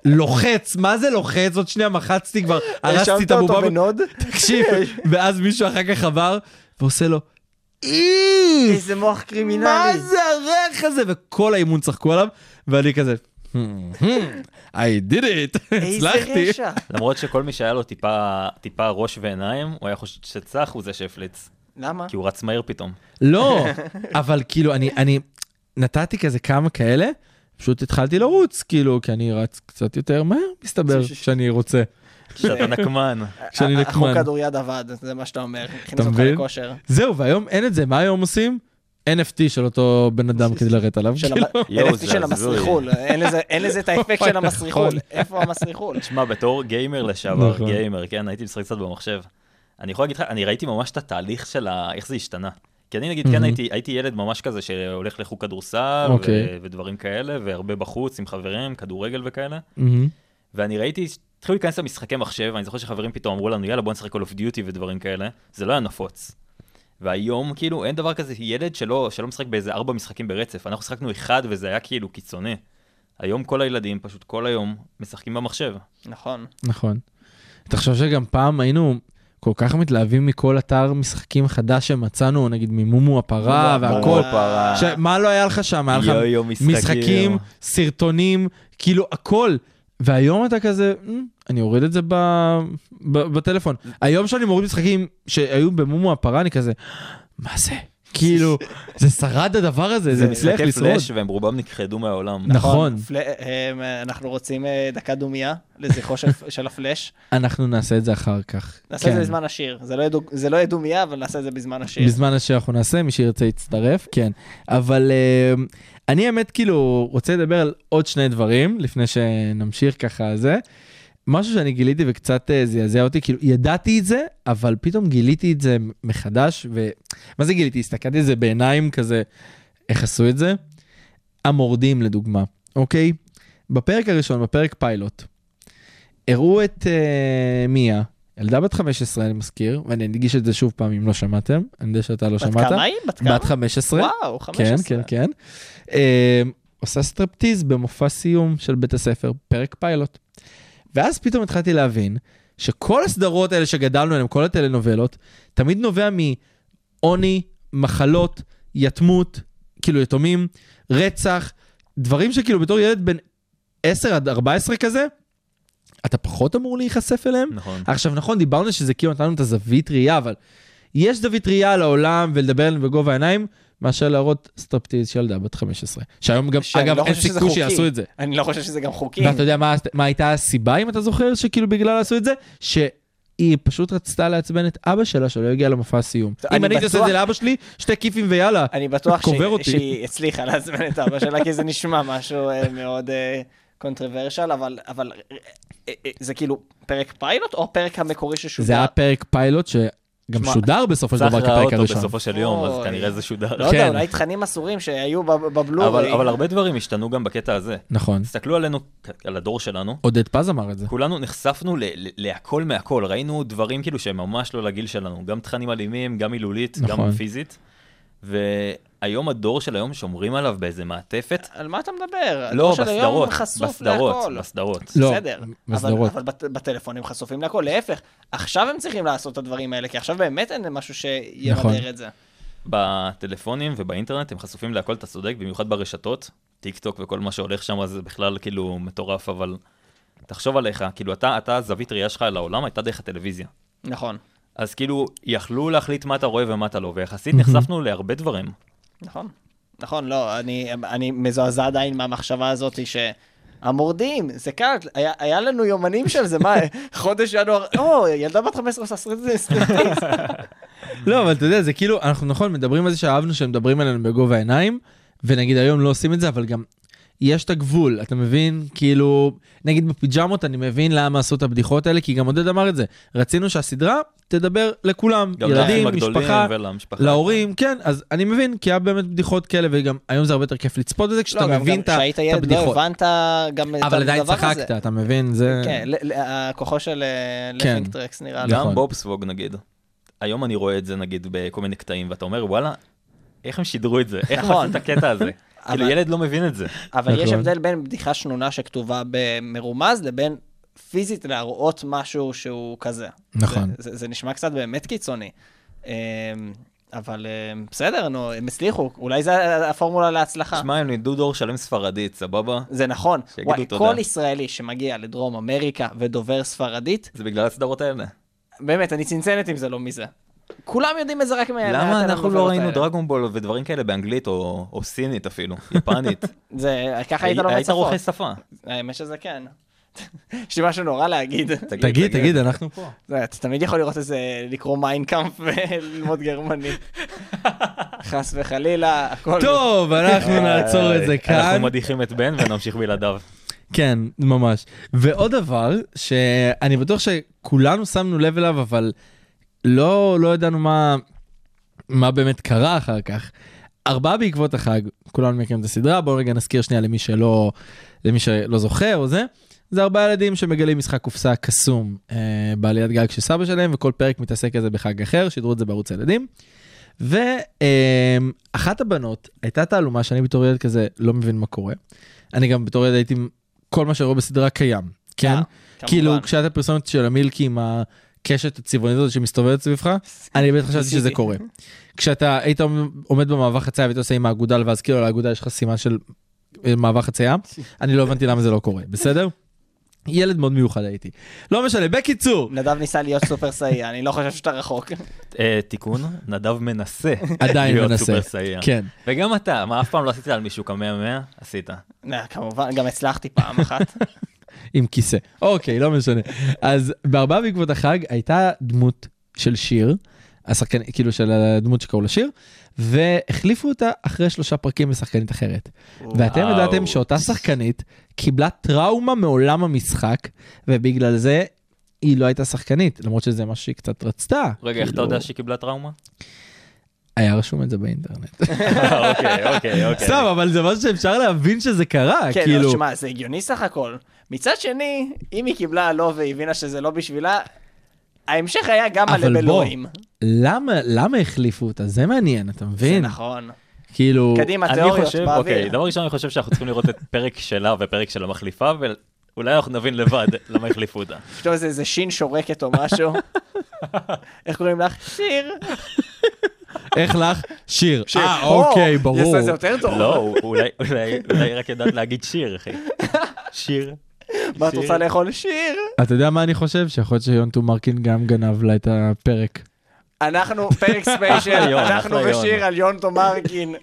Speaker 4: לוחץ, מה זה לוחץ? עוד שנייה מחצתי כבר, [LAUGHS] הרסתי
Speaker 5: האשמת
Speaker 4: את הבובה.
Speaker 5: אותו בנוד?
Speaker 4: תקשיב,
Speaker 5: אוקיי.
Speaker 4: ואז מישהו אחר כך עבר ועושה לו, "אי,
Speaker 5: איזה מוח קרימינלי.
Speaker 4: מה זה הריח הזה? וכל האימון צחקו עליו, ואני כזה, "Hmm, hmm, I did it, הצלחתי.
Speaker 5: איזה רשע.
Speaker 6: למרות שכל מי שהיה לו טיפה, טיפה ראש ועיניים, הוא היה חושב שצח הוא זה שהפליץ,
Speaker 5: למה?
Speaker 6: כי הוא רץ מהר פתאום.
Speaker 4: לא, אבל כאילו, אני, אני נתתי כזה כמה כאלה, פשוט התחלתי לרוץ, כאילו, כי אני רץ קצת יותר מהר, מסתבר שאני רוצה. [LAUGHS]
Speaker 6: שאתה נקמן.
Speaker 4: [LAUGHS] שאני
Speaker 5: ה-
Speaker 4: נקמן.
Speaker 5: החוק כדוריד עבד, זה מה שאתה אומר. הכניס אותך
Speaker 4: מבין?
Speaker 5: לכושר.
Speaker 4: זהו, והיום אין את זה, מה היום עושים? NFT של אותו בן אדם כדי לרדת עליו. [LAUGHS]
Speaker 5: של
Speaker 4: כאילו.
Speaker 5: המ-
Speaker 6: יואו,
Speaker 5: NFT
Speaker 6: זה
Speaker 5: של
Speaker 6: הזוי.
Speaker 5: המסריחול, אין לזה- אין
Speaker 4: [LAUGHS]
Speaker 5: לזה את האפקט של
Speaker 4: נכון.
Speaker 5: המסריחול. איפה המסריחול?
Speaker 6: תשמע, בתור גיימר לשעבר,
Speaker 4: נכון.
Speaker 6: גיימר, כן, הייתי משחק קצת במחשב. אני יכול להגיד לך, אני ראיתי ממש את התהליך של ה... איך זה השתנה. כי אני נגיד, כן,
Speaker 4: מהמם.
Speaker 6: הייתי, הייתי ילד ממש כזה שהולך לחוג כדורסל
Speaker 4: אוקיי.
Speaker 6: ו- ודברים כאלה, והרבה בחוץ עם חברים, כדורגל וכאלה.
Speaker 4: מהמם.
Speaker 6: ואני ראיתי, התחילו להיכנס למשחקי מחשב, ואני זוכר שחברים פתאום אמרו לנו, יאללה, בוא נשחק Call of Duty ודברים כאלה. זה לא היה נפוץ. והיום, כאילו, אין דבר כזה, ילד שלא, שלא משחק באיזה ארבע משחקים ברצף. אנחנו שחקנו אחד, וזה היה כאילו קיצוני. היום כל הילדים, פשוט כל היום, משחקים במחשב.
Speaker 5: נכון.
Speaker 4: נכון. תחשוב שגם פעם היינו כל כך מתלהבים מכל אתר משחקים חדש שמצאנו, נגיד ממומו הפרה
Speaker 5: מומו
Speaker 4: והכל.
Speaker 5: הפרה.
Speaker 4: ש... מה לא היה לך שם? היה לך
Speaker 6: יו-יו, משחקים.
Speaker 4: משחקים, סרטונים, כאילו הכל. והיום אתה כזה, "מ, אני אוריד את זה ב... ב... בטלפון. היום שאני מוריד משחקים שהיו במומו הפרה, אני כזה, מה זה? כאילו, זה שרד הדבר הזה, זה הצליח
Speaker 6: משחקי
Speaker 4: לשרוד.
Speaker 6: פלאש, והם רובם נכחדו מהעולם.
Speaker 4: נכון,
Speaker 5: פל- אמ, אנחנו רוצים אה, דקה דומייה לזכרו של- [LAUGHS] של הפלאש.
Speaker 4: אנחנו נעשה את זה אחר כך.
Speaker 5: נעשה את זה
Speaker 4: כן.
Speaker 5: בזמן השיר. זה לא יהיה דו- זה לא יהיה דומייה, אבל נעשה את זה בזמן השיר.
Speaker 4: בזמן אשר אנחנו נעשה, מי שירצה יצטרף, כן. אבל אה, אני האמת כאילו רוצה לדבר על עוד שני דברים, לפני שנמשיך ככה זה. משהו שאני גיליתי וקצת אה, זעזע אותי, כאילו ידעתי את זה, אבל פתאום גיליתי את זה מחדש, ומה זה גיליתי? הסתכלתי על זה בעיניים כזה, איך עשו את זה? המורדים לדוגמה, אוקיי? בפרק הראשון, בפרק פיילוט, הראו את אה, מיה, ילדה בת 15 אני מזכיר, ואני אדגיש את זה שוב פעם אם לא שמעתם, אני יודע שאתה לא
Speaker 5: בת
Speaker 4: שמעת.
Speaker 5: כמה היא? בת כמה?
Speaker 4: בת 15.
Speaker 5: וואו,
Speaker 4: כן, כן,
Speaker 5: 15.
Speaker 4: כן. אה, עושה סטרפטיז במופע סיום של בית הספר, פרק פיילוט. ואז פתאום התחלתי להבין שכל הסדרות האלה שגדלנו עליהן, כל הטלנובלות, תמיד נובע מעוני, מחלות, יתמות, כאילו יתומים, רצח, דברים שכאילו בתור ילד בן 10 עד 14 כזה, אתה פחות אמור להיחשף אליהם.
Speaker 6: נכון.
Speaker 4: עכשיו נכון, דיברנו שזה כאילו נתנו את הזווית ראייה, אבל יש זווית ראייה לעולם ולדבר עליהם בגובה העיניים, מאשר להראות סטרפטיז של ילדה בת 15. שהיום גם,
Speaker 5: שאני
Speaker 4: אגב,
Speaker 5: לא
Speaker 4: אין
Speaker 5: חושב שזה
Speaker 4: סיכוי
Speaker 5: חוקי.
Speaker 4: שיעשו את זה.
Speaker 5: אני לא חושב שזה גם חוקי.
Speaker 4: ואתה יודע מה, מה הייתה הסיבה, אם אתה זוכר, שכאילו בגלל עשו את זה? שהיא פשוט רצתה לעצבן את אבא שלה שלא הגיע למופע הסיום.
Speaker 5: טוב,
Speaker 4: אם
Speaker 5: אני
Speaker 4: אני הייתי עושה את
Speaker 5: בטוח-
Speaker 4: זה לאבא שלי, שתי כיפים ויאללה.
Speaker 5: אני בטוח
Speaker 4: קובר
Speaker 5: שהיא-
Speaker 4: אותי.
Speaker 5: שהיא הצליחה להזמין את אבא שלה, כי זה נשמע משהו אה, מאוד קונטרוורשל, אבל אה, אה, זה כאילו פרק פיילוט או הפרק המקורי ששודר?
Speaker 4: זה היה פרק פיילוט שגם
Speaker 5: שמע,
Speaker 4: שודר בסופו של
Speaker 6: צריך
Speaker 4: דבר
Speaker 6: ראה
Speaker 4: כפרק
Speaker 6: אותו
Speaker 4: הראשון.
Speaker 6: בסופו של יום, אז
Speaker 5: אוי.
Speaker 6: כנראה זה שודר.
Speaker 5: לא יודע,
Speaker 4: כן.
Speaker 5: אולי תכנים אסורים שהיו אה, בב-
Speaker 6: אבל
Speaker 5: בבלורי.
Speaker 6: אבל הרבה דברים השתנו גם בקטע הזה.
Speaker 4: נכון.
Speaker 6: תסתכלו עלינו, על הדור שלנו,
Speaker 4: עודד פז אמר את זה.
Speaker 6: כולנו נחשפנו ל- ל- להכל מהכל, ראינו דברים כאילו שהם ממש לא לגיל שלנו, גם תכנים אלימים, גם מילולית,
Speaker 4: נכון.
Speaker 6: גם פיזית. והיום הדור של היום שומרים עליו באיזה מעטפת,
Speaker 5: על מה אתה מדבר?
Speaker 6: לא,
Speaker 5: הדור של היום
Speaker 6: בסדרות,
Speaker 5: חשוף
Speaker 6: בסדרות,
Speaker 5: להכל.
Speaker 6: בסדרות.
Speaker 4: לא,
Speaker 5: בסדר, אבל,
Speaker 4: בסדרות.
Speaker 5: אבל בט, בטלפונים חשופים להכל, להפך, עכשיו הם צריכים לעשות את הדברים האלה, כי עכשיו באמת אין משהו שימדר
Speaker 4: נכון.
Speaker 5: את זה.
Speaker 6: בטלפונים ובאינטרנט הם חשופים להכל, אתה צודק, במיוחד ברשתות, טיק טוק וכל מה שהולך שם זה בכלל כאילו מטורף, אבל תחשוב עליך, כאילו אתה, אתה זווית ראייה שלך על העולם הייתה דרך הטלוויזיה.
Speaker 5: נכון,
Speaker 6: אז כאילו, יכלו להחליט מה אתה רואה ומה אתה לא, ויחסית נחשפנו להרבה דברים.
Speaker 5: נכון, נכון, לא, אני, אני מזועזע עדיין מהמחשבה הזאת שהמורדים, זה קל, היה, היה לנו יומנים של זה, מה, [LAUGHS] חודש ינואר, או, ילדה בת 15 עושה סרטיסט,
Speaker 4: לא, אבל אתה יודע, זה כאילו, אנחנו נכון, מדברים על זה שאהבנו שמדברים עלינו בגובה העיניים, ונגיד היום לא עושים את זה, אבל גם יש את הגבול, אתה מבין? כאילו, נגיד בפיג'מות אני מבין למה עשו את הבדיחות האלה, כי גם עודד אמר את זה. רצינו שהסדרה תדבר לכולם,
Speaker 6: גם
Speaker 4: ילדים,
Speaker 6: לאחים הגדולים
Speaker 4: משפחה,
Speaker 6: ולמשפחה.
Speaker 4: להורים, כן, אז אני מבין, כי היה באמת בדיחות כאלה, וגם היום זה הרבה יותר כיף לצפות בזה, כשאתה
Speaker 5: לא, גם-
Speaker 4: מבין
Speaker 5: גם
Speaker 4: את ה-
Speaker 5: כשהיית
Speaker 4: את
Speaker 5: ילד לא
Speaker 4: הבדיחות.
Speaker 5: הבנת גם את הדבר הזה.
Speaker 4: אבל עדיין צחקת, אתה מבין? זה...
Speaker 5: כן, ל- ל- כוחו של אה,
Speaker 4: כן.
Speaker 5: לפינג טרקס נראה לי.
Speaker 4: נכון.
Speaker 6: גם בובסווג נגיד. היום אני רואה את זה נגיד בכל מיני קטעים, ואתה אומר, וואלה, איך הם שידרו את זה? איך הם
Speaker 5: נכון.
Speaker 6: עשו את הקטע הזה? כאילו,
Speaker 5: [LAUGHS] אבל- אה.
Speaker 6: ילד לא מבין את זה.
Speaker 5: אבל יש
Speaker 4: נכון.
Speaker 5: הבדל בין בדיחה שנונה שכתובה במרומז לבין פיזית להראות משהו שהוא כזה.
Speaker 4: נכון.
Speaker 5: זה, זה, זה נשמע קצת באמת קיצוני. אמ, אבל אמ, בסדר, נו, הם הצליחו, אולי זו הפורמולה להצלחה.
Speaker 6: שמע, הם לימדו דור שלם ספרדית, סבבה?
Speaker 5: זה נכון.
Speaker 6: שיגידו
Speaker 5: וואי,
Speaker 6: תודה.
Speaker 5: כל ישראלי שמגיע לדרום אמריקה ודובר ספרדית,
Speaker 6: זה בגלל הסדרות האלה.
Speaker 5: כן, באמת, אני צנצנת אם זה לא מזה. כולם יודעים את זה רק מה...
Speaker 6: למה
Speaker 5: מהטלנובלות
Speaker 6: אנחנו לא ראינו
Speaker 5: האלה.
Speaker 6: דרגונבול ודברים כאלה באנגלית או או סינית אפילו, יפנית?
Speaker 5: זה, [LAUGHS] ככה היית
Speaker 6: היית
Speaker 5: לומד
Speaker 6: היית
Speaker 5: שפות.
Speaker 6: רוכש שפה.
Speaker 5: האמת שזה כן. [LAUGHS] יש לי משהו נורא להגיד.
Speaker 4: תגיד, תגיד, אנחנו פה.
Speaker 5: אתה יודע, לא אתה תמיד יכול לראות איזה, לקרוא מיינקאמפ [LAUGHS] וללמוד
Speaker 6: [LAUGHS]
Speaker 5: גרמנית. חס וחלילה, הכל...
Speaker 4: טוב, אנחנו נעצור את זה כאן.
Speaker 6: אה, אנחנו מדיחים את בן ונמשיך בלעדיו.
Speaker 4: כן, ממש. ועוד דבר שאני בטוח שכולנו שמנו לב אליו, אבל לא, לא ידענו מה, מה באמת קרה אחר כך. ארבעה בעקבות החג, כולנו מכירים את הסדרה, בואו רגע נזכיר שנייה למי שלא, למי שלא זוכר או זה. זה ארבעה ילדים שמגלים משחק קופסה קסום אה, בעליית גג של סבא שלהם, וכל פרק מתעסק על זה בחג אחר, שידרו את זה בערוץ הילדים. ואחת הבנות הייתה תעלומה שאני בתור ילד כזה לא מבין מה קורה. אני גם בתור ילד הייתי, כל מה שרואה בסדרה קיים, כן?
Speaker 5: כמובן.
Speaker 4: כאילו כשהייתה הפרסומת של המילקי עם הקשת הצבעונית הזאת שמסתובבת סביבך, אני באמת חשבתי שזה קורה. כשאתה היית עומד במעבר חצייה והיית עושה עם האגודל ואז כאילו על האגודל יש לך סימן של אה, מעבר חצייה, אני לא הבנתי למה זה לא קורה, בסדר? ילד מאוד מיוחד הייתי. לא משנה,
Speaker 6: [LAUGHS]
Speaker 4: בקיצור,
Speaker 5: נדב ניסה להיות סופר סאייה, אני לא חושב שאתה רחוק.
Speaker 6: אה, תיקון, נדב מנסה.
Speaker 4: עדיין
Speaker 6: להיות
Speaker 4: מנסה.
Speaker 6: סופר סאיין.
Speaker 4: כן.
Speaker 6: וגם אתה, מה, אף פעם לא עשית על מישהו כמאה מאה? עשית.
Speaker 5: נה, לא, כמובן, גם הצלחתי פעם
Speaker 6: [LAUGHS]
Speaker 5: אחת.
Speaker 4: עם כיסא. אוקיי, לא משנה. אז בארבעה בעקבות החג הייתה דמות של שיר, השחקן, כאילו של הדמות שקראו לשיר, והחליפו אותה אחרי שלושה פרקים בשחקנית אחרת. ואתם
Speaker 6: וואו.
Speaker 4: ידעתם שאותה שחקנית קיבלה טראומה מעולם המשחק, ובגלל זה היא לא הייתה שחקנית, למרות שזה מה שהיא קצת רצתה.
Speaker 6: רגע, איך אתה
Speaker 4: כאילו,
Speaker 6: יודע שהיא קיבלה טראומה?
Speaker 4: היה רשום את זה באינטרנט.
Speaker 6: אה, [LAUGHS] אוקיי, אוקיי, אוקיי.
Speaker 4: סתם, אבל זה משהו שאפשר להבין שזה קרה,
Speaker 5: כן,
Speaker 4: כאילו...
Speaker 5: לא, שמע, זה הגיוני סך הכל. מצד שני, אם היא קיבלה לא והבינה שזה לא בשבילה, ההמשך היה גם על
Speaker 4: אבל בוא,
Speaker 5: אלוהים.
Speaker 4: למה, למה החליפו אותה? זה מעניין, אתה
Speaker 5: זה
Speaker 4: מבין?
Speaker 5: נכון.
Speaker 4: כאילו...
Speaker 5: קדימה,
Speaker 6: אני
Speaker 5: תיאוריות
Speaker 6: חושב, אוקיי,
Speaker 5: באוויר.
Speaker 6: דבר ראשון, אני חושב שאנחנו צריכים לראות את פרק שלה ופרק של המחליפה, ואולי אנחנו נבין לבד למה החליפו אותה.
Speaker 5: פתאום איזה איזה שין שורקת או
Speaker 6: [LAUGHS]
Speaker 5: משהו. איך קוראים לך? שיר.
Speaker 4: איך לך? שיר.
Speaker 5: שיר.
Speaker 4: אה, אוקיי,
Speaker 5: או,
Speaker 4: ברור.
Speaker 5: יעשה זה יותר טוב.
Speaker 6: לא, הוא- אולי אולי- אולי היא רק יודעת להגיד שיר, אחי. שיר.
Speaker 5: מה את
Speaker 6: שיר.
Speaker 5: רוצה לאכול? שיר.
Speaker 4: אתה יודע מה אני חושב? שיכול להיות שיון טומרקין גם גנב לה את הפרק.
Speaker 5: אנחנו פרק ספיישל,
Speaker 6: יום,
Speaker 5: אנחנו
Speaker 6: אחלה יום.
Speaker 5: ושיר על יונטו מרקין.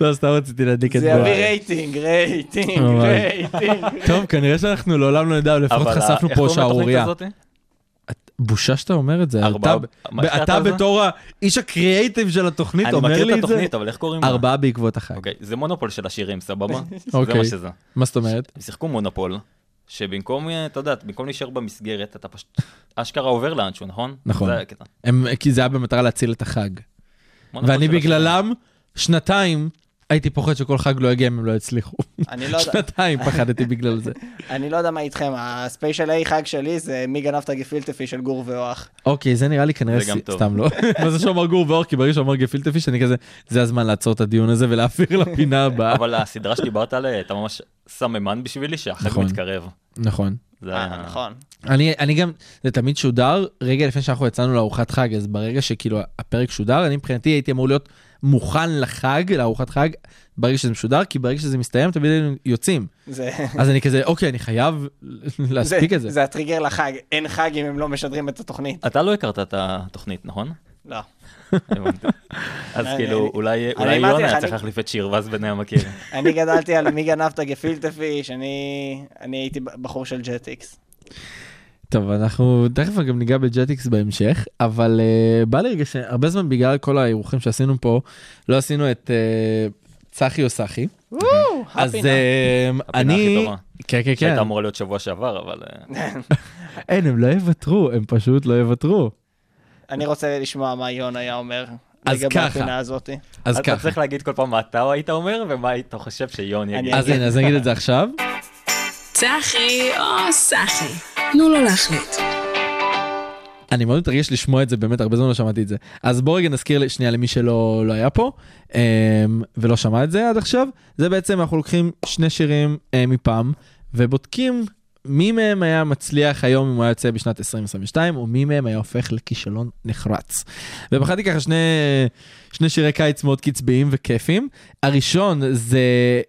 Speaker 4: לא, סתם רציתי להדליק את
Speaker 5: זה יביא
Speaker 4: דבריי.
Speaker 5: רייטינג, רייטינג,
Speaker 4: ממש. [LAUGHS]
Speaker 5: רייטינג.
Speaker 4: טוב, כנראה שאנחנו לעולם לא נדע, אבל לפחות
Speaker 5: אה,
Speaker 6: אבל ה-
Speaker 4: חשפנו
Speaker 6: איך
Speaker 4: פה
Speaker 6: קוראים לתוכנית
Speaker 4: שערורייה.
Speaker 6: הזאתי?
Speaker 4: בושה שאתה אומר את זה.
Speaker 6: ארבעה-
Speaker 4: אתה-
Speaker 6: מה החלטת
Speaker 4: אתה
Speaker 6: על זה?
Speaker 4: בתור האיש הקריאייטיב של התוכנית
Speaker 6: אני
Speaker 4: אומר
Speaker 6: מכיר
Speaker 4: לי
Speaker 6: את
Speaker 4: את זה?
Speaker 6: התוכנית, אבל איך קוראים לה?
Speaker 4: ארבעה בעקבות החג.
Speaker 6: אוקיי, זה מונופול של השירים, סבבה? זה
Speaker 4: אוקיי.
Speaker 6: מה שזה.
Speaker 4: מה זאת אומרת?
Speaker 6: הם שיחקו מונופול, שבמקום, אה, אתה יודע, במקום להישאר במסגרת, אתה פשוט, אשכרה עובר לאנשהו, נכון?
Speaker 4: נכון.
Speaker 6: זה הקטע.
Speaker 4: הם- כי זה היה במטרה להציל את החג.
Speaker 6: מונופול
Speaker 4: ואני
Speaker 6: של השירים.
Speaker 4: בגללם שנתיים הייתי פוחד שכל חג לא יגיע אם הם לא יצליחו.
Speaker 5: אני לא יודע-
Speaker 4: שנתיים פחדתי בגלל
Speaker 6: [LAUGHS]
Speaker 4: זה.
Speaker 5: אני לא יודע מה איתכם, הספיישל איי חג שלי זה מי גנב את הגפילטפי של גור ואוח.
Speaker 4: אוקיי, זה נראה לי כנראה...
Speaker 6: זה גם
Speaker 4: סי-
Speaker 6: טוב.
Speaker 4: סתם
Speaker 6: [LAUGHS]
Speaker 4: לא. מה זה שאמר גור ואור? כי ברגע שאמר גפילטע פיש, אני כזה, זה הזמן לעצור את הדיון הזה ולהעביר לפינה הבאה.
Speaker 6: אבל הסדרה שדיברת עליה, אתה ממש סממן בשבילי שהחג
Speaker 4: נכון.
Speaker 6: מתקרב.
Speaker 4: נכון.
Speaker 6: זה
Speaker 5: אה,
Speaker 6: ה-
Speaker 5: נכון.
Speaker 4: אני אני גם, זה תמיד שודר רגע לפני שאנחנו יצאנו לארוחת חג, אז ברגע שכאילו הפרק שודר, אני מבחינתי הייתי אמור להיות מוכן לחג, לארוחת חג, ברגע שזה משודר, כי ברגע שזה מסתיים תמיד היינו יוצאים.
Speaker 5: זה-
Speaker 4: אז אני כזה, אוקיי, אני
Speaker 6: [LAUGHS]
Speaker 4: חייב להספיק את זה.
Speaker 5: זה הטריגר לחג, אין חג אם הם לא משדרים את התוכנית.
Speaker 6: אתה לא הכרת את התוכנית,
Speaker 5: [LAUGHS]
Speaker 6: נכון?
Speaker 5: לא.
Speaker 6: הבנתי. אז
Speaker 5: אני-
Speaker 6: כאילו,
Speaker 5: אני-
Speaker 6: אולי
Speaker 5: אני
Speaker 6: אולי
Speaker 5: אמרתי
Speaker 6: יונה
Speaker 5: לך,
Speaker 6: היה
Speaker 5: אני-
Speaker 6: צריך להחליף את שיר, ואז ביניהם
Speaker 4: [LAUGHS]
Speaker 6: מכיר.
Speaker 4: כן.
Speaker 5: אני גדלתי על מי גנב את הגפילטפיש, אני אני הייתי בחור של ג'טיקס.
Speaker 4: טוב, אנחנו תכף גם ניגע בג'טיקס בהמשך, אבל uh, בא לי רגע שהרבה זמן בגלל כל האירוחים שעשינו פה, לא עשינו את uh, צחי או סחי. אז uh,
Speaker 5: הפינה.
Speaker 6: הפינה הכי
Speaker 4: אני...
Speaker 6: טובה.
Speaker 4: כן, כן, כן.
Speaker 6: שהייתה אמורה להיות שבוע שעבר, אבל... אה,
Speaker 4: אין, הם לא יוותרו, הם פשוט לא יוותרו.
Speaker 5: אני רוצה לשמוע מה יון היה אומר.
Speaker 4: אז
Speaker 5: לגבי
Speaker 4: ככה.
Speaker 5: הפינה הזאתי.
Speaker 4: אז
Speaker 6: אתה
Speaker 4: ככה.
Speaker 6: צריך להגיד כל פעם מה אתה היית אומר, ומה היית חושב שיון יגיד.
Speaker 4: אז הנה, אז נגיד את זה עכשיו.
Speaker 3: צחי או סחי? תנו לו להחליט.
Speaker 4: אני מאוד מתרגש לשמוע את זה, באמת הרבה זמן לא שמעתי את זה. אז בואו רגע נזכיר שנייה למי שלא לא היה פה אמ, ולא שמע את זה עד עכשיו. זה בעצם אנחנו לוקחים שני שירים אה, מפעם ובודקים מי מהם היה מצליח היום אם הוא היה יוצא בשנת 2022, או מי מהם היה הופך לכישלון נחרץ. ובחרתי ככה שני, שני שירי קיץ מאוד קצביים וכיפיים. הראשון זה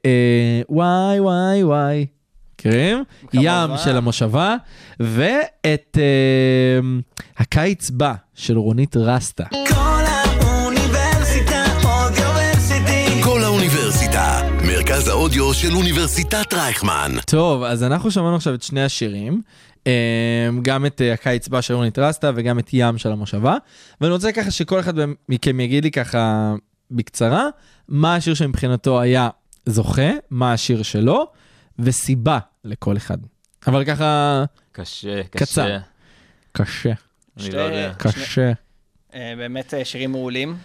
Speaker 4: אה, וואי וואי וואי. מכירים?
Speaker 5: כמובן.
Speaker 4: ים של המושבה, ואת אה, הקיץ בא של רונית רסטה.
Speaker 2: כל האוניברסיטה, מרכז האודיו של אוניברסיטת רייכמן.
Speaker 4: טוב, אז אנחנו שמענו עכשיו את שני השירים, אה, גם את אה, הקיץ בא של רונית רסטה וגם את ים של המושבה, ואני רוצה ככה שכל אחד מכם יגיד לי ככה בקצרה, מה השיר שמבחינתו היה זוכה, מה השיר שלו, וסיבה לכל אחד. אבל ככה
Speaker 6: קשה,
Speaker 4: קצר.
Speaker 6: קשה.
Speaker 4: קשה,
Speaker 6: אני לא יודע.
Speaker 5: שתי-
Speaker 4: קשה.
Speaker 5: אה, באמת אה, שירים מעולים,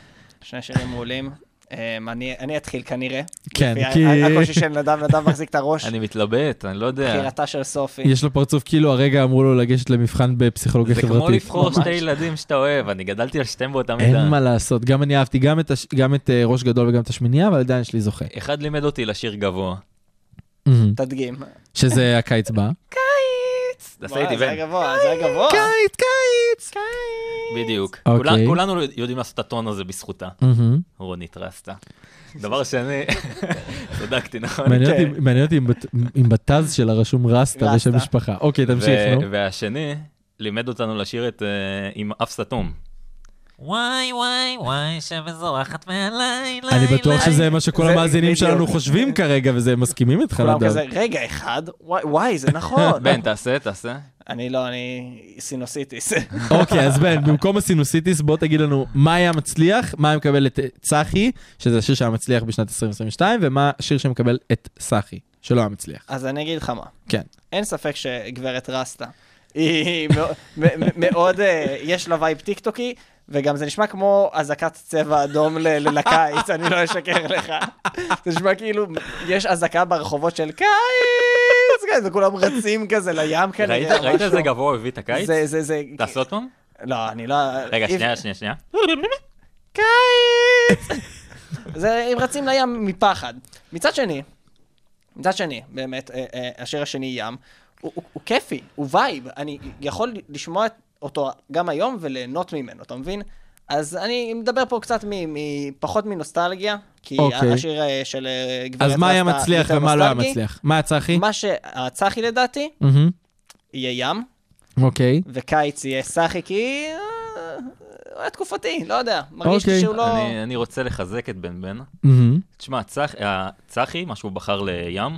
Speaker 5: שני שירים מעולים. אה, אני אני אתחיל כנראה.
Speaker 4: כן,
Speaker 5: לפי ה-
Speaker 6: אה,
Speaker 4: כי
Speaker 5: הקושי של נדב, נדב מחזיק את הראש.
Speaker 6: אני מתלבט, אני לא יודע.
Speaker 5: בחירתה של סופי.
Speaker 4: יש לו פרצוף כאילו הרגע אמרו לו לגשת למבחן בפסיכולוגיה
Speaker 6: זה
Speaker 4: חברתית.
Speaker 6: כמו לבחור
Speaker 5: ממש.
Speaker 6: שתי ילדים שאתה אוהב, אני גדלתי על שתיהם באותה
Speaker 4: אין
Speaker 6: מידה.
Speaker 4: מה לעשות, גם אני אהבתי גם את, הש... גם את אה, ראש גדול וגם את השמינייה, אבל עדיין יש לי זוכה.
Speaker 6: אחד לימד אותי לשיר גבוה.
Speaker 4: מהמם.
Speaker 5: תדגים.
Speaker 4: שזה הקיץ בא.
Speaker 6: תעשה איתי
Speaker 5: וואי, זה
Speaker 6: בן.
Speaker 4: כן.
Speaker 5: היה גבוה, זה היה גבוה.
Speaker 4: קיץ, קיץ!
Speaker 6: בדיוק.
Speaker 4: אוקיי.
Speaker 6: כולנו- כולנו יודעים לעשות את הטון הזה בזכותה.
Speaker 4: מהמם.
Speaker 6: רונית רסטה. דבר שני, [LAUGHS] צדקתי, נכון?
Speaker 4: מעניין
Speaker 5: כן.
Speaker 4: אותי- מעניין אותי אם בת- אם בתז שלה רשום רסטה
Speaker 5: רסטה.
Speaker 4: ושם משפחה. אוקיי, תמשיך,
Speaker 6: ו-
Speaker 4: נו.
Speaker 6: והשני, לימד אותנו לשיר את אה, עם אף סתום.
Speaker 5: נכון.
Speaker 7: וואי וואי וואי שמזורחת מעליי.
Speaker 4: אני בטוח שזה מה שכל
Speaker 5: זה-
Speaker 4: המאזינים
Speaker 5: בדיוק.
Speaker 4: שלנו חושבים כרגע, וזה הם מסכימים איתך,
Speaker 5: כולם
Speaker 4: נדב.
Speaker 5: כזה, רגע אחד, וואי, וואי, זה נכון.
Speaker 6: [LAUGHS] בן, תעשה, תעשה.
Speaker 5: אני לא, אני
Speaker 4: [LAUGHS]
Speaker 5: סינוסיטיס.
Speaker 4: אוקיי, אז בן, במקום הסינוסיטיס, בוא תגיד לנו מה היה מצליח, מה היה מקבל את אה, צחי, שזה השיר שהיה מצליח בשנת 2022, ומה השיר שמקבל את סחי, שלא היה מצליח.
Speaker 5: אז אני אגיד לך מה.
Speaker 4: כן.
Speaker 5: אין ספק שגברת רסטה. היא מאו- מ- מ- מאוד, אה, יש לה וייב טיקטוקי, וגם זה נשמע כמו אזעקת צבע אדום ל- ל- לקיץ, אני לא אשקר לך. זה נשמע כאילו, יש אזעקה ברחובות של קיץ, כן, זה כולם רצים כזה לים כנראה.
Speaker 6: ראית ראית איזה
Speaker 5: משהו.
Speaker 6: גבוה הוא הביא את הקיץ?
Speaker 5: כן, זה, זה, זה...
Speaker 6: תעשה עוד פעם?
Speaker 5: לא, אני לא...
Speaker 6: רגע,
Speaker 5: אם-
Speaker 6: שנייה, שנייה, שנייה.
Speaker 5: קיץ! [LAUGHS] זה, הם רצים לים מפחד. מצד שני, מצד שני, באמת, אה, אה, השיר השני ים, הוא, הוא, הוא כיפי, הוא וייב, אני יכול לשמוע אותו גם היום וליהנות ממנו, אתה מבין? אז אני מדבר פה קצת מ, מ, פחות מנוסטלגיה, כי
Speaker 4: אוקיי.
Speaker 5: השיר אה, של אה, גברת
Speaker 4: אז מה היה
Speaker 5: רסטה
Speaker 4: מצליח
Speaker 5: יותר
Speaker 4: ומה לא היה
Speaker 5: נוסטלגי.
Speaker 4: מצליח? מה הצחי?
Speaker 5: מה שהצחי לדעתי,
Speaker 4: מהמם.
Speaker 5: יהיה ים,
Speaker 4: אוקיי.
Speaker 5: וקיץ יהיה סחי, כי... אה, הוא היה תקופתי, לא יודע. מרגיש
Speaker 4: אוקיי.
Speaker 5: לי שהוא לא...
Speaker 6: אני- אני רוצה לחזק את בן בן.
Speaker 4: מהמם.
Speaker 6: תשמע, צח- אה, צחי, מה שהוא בחר לים,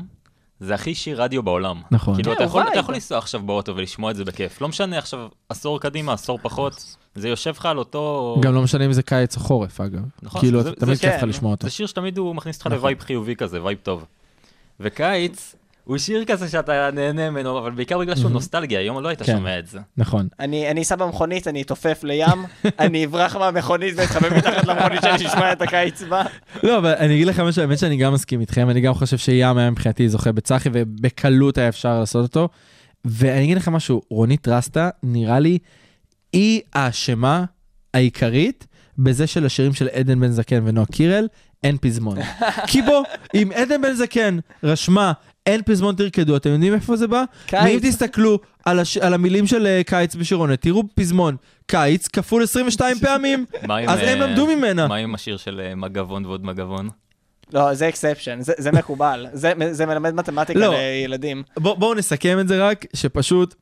Speaker 6: זה הכי שיר רדיו בעולם.
Speaker 4: נכון.
Speaker 6: כאילו,
Speaker 5: כן,
Speaker 6: אתה
Speaker 5: הוא
Speaker 6: יכול-
Speaker 5: וייב.
Speaker 6: אתה יכול לנסוע עכשיו באוטו ולשמוע את זה בכיף. לא משנה עכשיו עשור קדימה, עשור פחות, זה יושב לך על אותו...
Speaker 4: גם לא משנה אם זה קיץ או חורף, אגב.
Speaker 6: נכון,
Speaker 4: כאילו,
Speaker 6: זה-
Speaker 4: אתה
Speaker 6: זה
Speaker 4: תמיד כיף לך
Speaker 5: כן.
Speaker 4: לשמוע אותו.
Speaker 6: זה שיר שתמיד הוא מכניס אותך
Speaker 4: נכון.
Speaker 6: לווייב חיובי כזה, וייב טוב. וקיץ, הוא שיר כזה שאתה נהנה ממנו, אבל בעיקר בגלל שהוא נוסטלגיה, היום לא היית
Speaker 4: כן.
Speaker 6: שומע את זה.
Speaker 4: נכון.
Speaker 5: אני, אני אסע במכונית, אני
Speaker 4: [LAUGHS]
Speaker 5: אתעופף לים, אני אברח מהמכונית ואתחבא מתחת למכונית שאני אשמע את הקיץ בה.
Speaker 4: לא, אבל אני אגיד לכם משהו, האמת שאני גם מסכים איתכם, אני גם חושב שים היה מבחינתי זוכה בצחי, ובקלות היה אפשר לעשות אותו. ואני אגיד לך משהו, רונית רסטה, נראה לי, היא האשמה העיקרית בזה שלשירים של עדן בן זקן ונועה קירל אין פזמון. כי בוא, אם עדן בן זקן רשמה אין פזמון תרקדו, אתם יודעים איפה זה בא?
Speaker 5: קיץ.
Speaker 4: ואם תסתכלו על, הש... על המילים של אה, קיץ בשירונת, תראו פזמון, קיץ כפול 22 פעמים,
Speaker 6: מה עם,
Speaker 4: אז הם
Speaker 6: אה,
Speaker 4: למדו ממנה.
Speaker 6: מה עם השיר של אה, מגבון ועוד מגבון?
Speaker 5: לא, זה אקספשן, זה, זה מקובל, זה, זה מלמד מתמטיקה
Speaker 4: לא.
Speaker 5: לילדים.
Speaker 4: בוא, בואו נסכם את זה רק, שפשוט,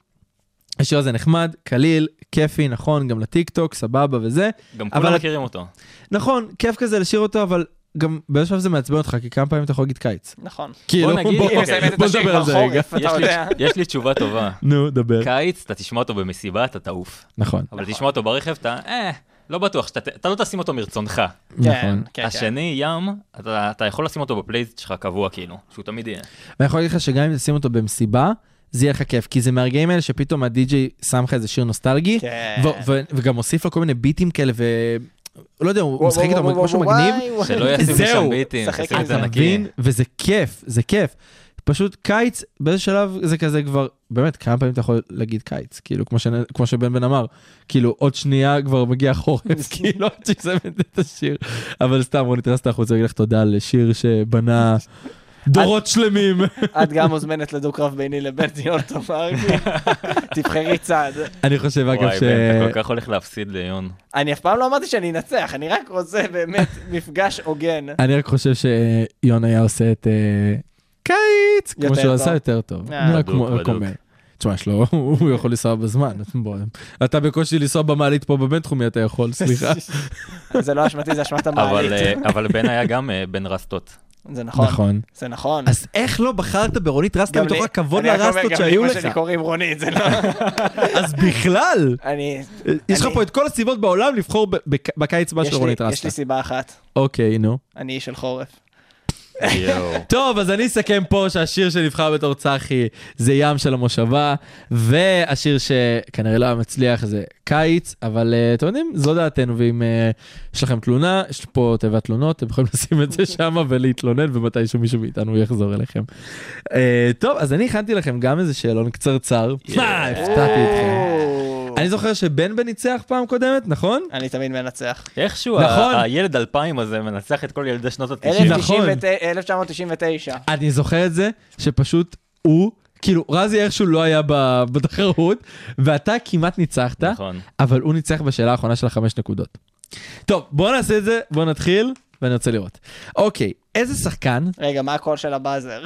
Speaker 4: השיר הזה נחמד, קליל, כיפי, נכון, גם לטיקטוק, סבבה וזה.
Speaker 6: גם
Speaker 4: אבל-
Speaker 6: כולם מכירים אותו.
Speaker 4: נכון, כיף כזה לשיר אותו, אבל גם באיזשהו שלב זה מעצבן אותך, כי כמה פעמים אתה יכול להגיד קיץ.
Speaker 5: נכון.
Speaker 4: כאילו,
Speaker 6: נגיד,
Speaker 4: בוא,
Speaker 6: אם
Speaker 5: מסיימת את
Speaker 4: בוא
Speaker 5: השיר
Speaker 4: נדבר על זה
Speaker 5: בחורף.
Speaker 4: רגע. כן.
Speaker 5: אתה
Speaker 6: יש לי-
Speaker 5: יודע.
Speaker 6: יש לי תשובה טובה.
Speaker 4: נו, דבר.
Speaker 6: קיץ, אתה תשמע אותו במסיבה, אתה תעוף.
Speaker 4: נכון,
Speaker 6: אבל תשמע אותו ברכב, אתה, אה, לא בטוח, שאתה- אתה לא תשים אותו מרצונך.
Speaker 4: נכון.
Speaker 5: כן, כן.
Speaker 6: השני, ים, אתה אתה יכול לשים אותו בפלייסט שלך קבוע, כאילו, שהוא תמיד יהיה.
Speaker 4: ואני יכול להגיד לך שגם אם תשים אותו במסיבה, זה יהיה לך כיף, כי זה מהרגעים האלה שפתאום הדי-ג'יי שם לך איזה שיר נוסטלגי,
Speaker 5: כן.
Speaker 4: ו- ו- וגם הוסיף לו כל מיני ביטים כאלה, ו... לא יודע, הוא משחק איתו משהו מגניב.
Speaker 6: שלא ישים לי
Speaker 4: זהו.
Speaker 6: שם ביטים,
Speaker 5: שחק
Speaker 6: תשים
Speaker 5: עם
Speaker 6: את זה
Speaker 5: זה.
Speaker 4: אתה
Speaker 6: נקי.
Speaker 4: מבין? וזה כיף, זה כיף. פשוט קיץ, באיזה שלב זה כזה כבר, באמת, כמה פעמים אתה יכול להגיד קיץ? כאילו, כמו, שנ... כמו שבן בן אמר, כאילו, עוד שנייה כבר מגיע [LAUGHS] חורף, כאילו, עד שיסיימת את השיר. אבל סתם, רונית רסת החוצה, להגיד לך תודה לשיר [LAUGHS] שבנה דורות שלמים.
Speaker 5: את גם מוזמנת לדו-קרב ביני לבין ציון
Speaker 6: [LAUGHS]
Speaker 5: תמר, תבחרי צד.
Speaker 4: אני חושב, אגב,
Speaker 6: וואי,
Speaker 4: ש...
Speaker 6: בן, אתה כל כך הולך להפסיד ליון.
Speaker 5: אני אף פעם לא אמרתי שאני אנצח, אני רק רוצה באמת מפגש הוגן.
Speaker 4: אני רק חושב שיון היה עושה את אה, קיץ, כמו
Speaker 5: יותר
Speaker 4: שהוא
Speaker 5: טוב.
Speaker 4: עשה יותר טוב.
Speaker 5: אה,
Speaker 4: אני רק
Speaker 6: בדוק,
Speaker 4: מ- רק
Speaker 6: בדוק.
Speaker 4: אומר. תשמע, יש לו, [LAUGHS] הוא יכול לנסוע בזמן. בוא, אתה בקושי לנסוע במעלית פה בבינתחומי, אתה [LAUGHS] יכול, סליחה.
Speaker 5: זה לא אשמתי, זה אשמת
Speaker 6: אבל,
Speaker 5: המעלית.
Speaker 6: אה, אבל בן היה גם אה, בן רסטות.
Speaker 5: זה נכון.
Speaker 4: נכון.
Speaker 5: זה נכון.
Speaker 4: אז איך לא בחרת ברונית רסטה
Speaker 5: גם
Speaker 4: מתוך
Speaker 5: לי-
Speaker 4: הכבוד
Speaker 5: אני רק אומר,
Speaker 4: לרסטות
Speaker 5: גם
Speaker 4: שהיו
Speaker 5: לאמא
Speaker 4: לך?
Speaker 5: שלי קוראים רונית, זה לא...
Speaker 4: [LAUGHS] אז בכלל,
Speaker 5: אני...
Speaker 4: יש לך
Speaker 5: אני-
Speaker 4: פה את כל הסיבות בעולם לבחור ב- בק- בקיץ הבא
Speaker 5: יש
Speaker 4: של
Speaker 5: לי-
Speaker 4: רונית
Speaker 5: יש
Speaker 4: רסטה.
Speaker 5: לי סיבה אחת,
Speaker 4: אוקיי, נו.
Speaker 5: אני איש של חורף. [LAUGHS]
Speaker 4: טוב, אז אני אסכם פה שהשיר שנבחר בתור צחי זה ים של המושבה, והשיר שכנראה לא היה מצליח זה קיץ, אבל אה, אתם יודעים, זו דעתנו, ואם אה, יש לכם תלונה, יש פה תיבת תלונות, אתם יכולים לשים את זה שם ולהתלונן, ומתישהו מישהו מאיתנו יחזור אליכם. אה, טוב, אז אני הכנתי לכם גם איזה שאלון קצרצר. מה, הפתעתי אתכם. אני זוכר שבן בן ניצח פעם קודמת, נכון?
Speaker 5: אני תמיד
Speaker 6: [LAUGHS]
Speaker 5: מנצח.
Speaker 6: איכשהו
Speaker 4: נכון.
Speaker 6: ה- הילד אלפיים הזה מנצח את כל נכון. ילדי שנות התשעים.
Speaker 4: נכון.
Speaker 5: 1999.
Speaker 4: אני זוכר את זה, שפשוט הוא כאילו, רזי איכשהו לא היה ב- בתחרות, ואתה כמעט ניצחת,
Speaker 6: נכון.
Speaker 4: אבל הוא ניצח בשאלה האחרונה של החמש נקודות. טוב, בוא נעשה את זה, בוא נתחיל, ואני רוצה לראות. אוקיי, איזה שחקן,
Speaker 5: רגע, מה הקול
Speaker 4: [LAUGHS]
Speaker 5: של הבאזר?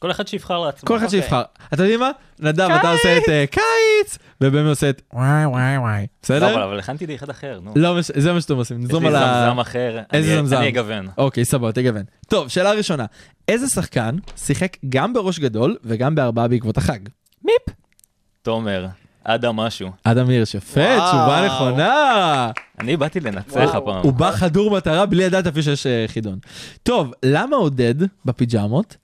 Speaker 6: כל אחד שיבחר לעצמו.
Speaker 4: כל אחד
Speaker 5: אוקיי.
Speaker 4: שיבחר. אתה יודעים מה? נדב, אתה עושה את אה, קיץ, ובמי עושה את וואי וואי וואי.
Speaker 6: לא, אבל-
Speaker 4: בסדר?
Speaker 6: אבל הכנתי לי אחד אחר, נו.
Speaker 4: לא, מש- זה מה שאתם עושים,
Speaker 6: יש
Speaker 4: נזרום
Speaker 6: לי
Speaker 4: על ה...
Speaker 6: זמזם אחר.
Speaker 4: איזה
Speaker 6: אני-
Speaker 4: זמזם?
Speaker 6: אני אגוון.
Speaker 4: אוקיי, סבבה, תגוון. טוב, שאלה ראשונה. איזה שחקן שיחק גם בראש גדול וגם בארבעה בעקבות החג?
Speaker 6: תומר, אדם משהו.
Speaker 4: אדם הירש, יפה,
Speaker 5: וואו.
Speaker 4: תשובה נכונה.
Speaker 6: אני באתי לנצח
Speaker 5: וואו.
Speaker 6: הפעם.
Speaker 4: הוא בא חדור מטרה בלי לדעת אפילו שיש אה, חידון. טוב, למה עודד בפיג'מות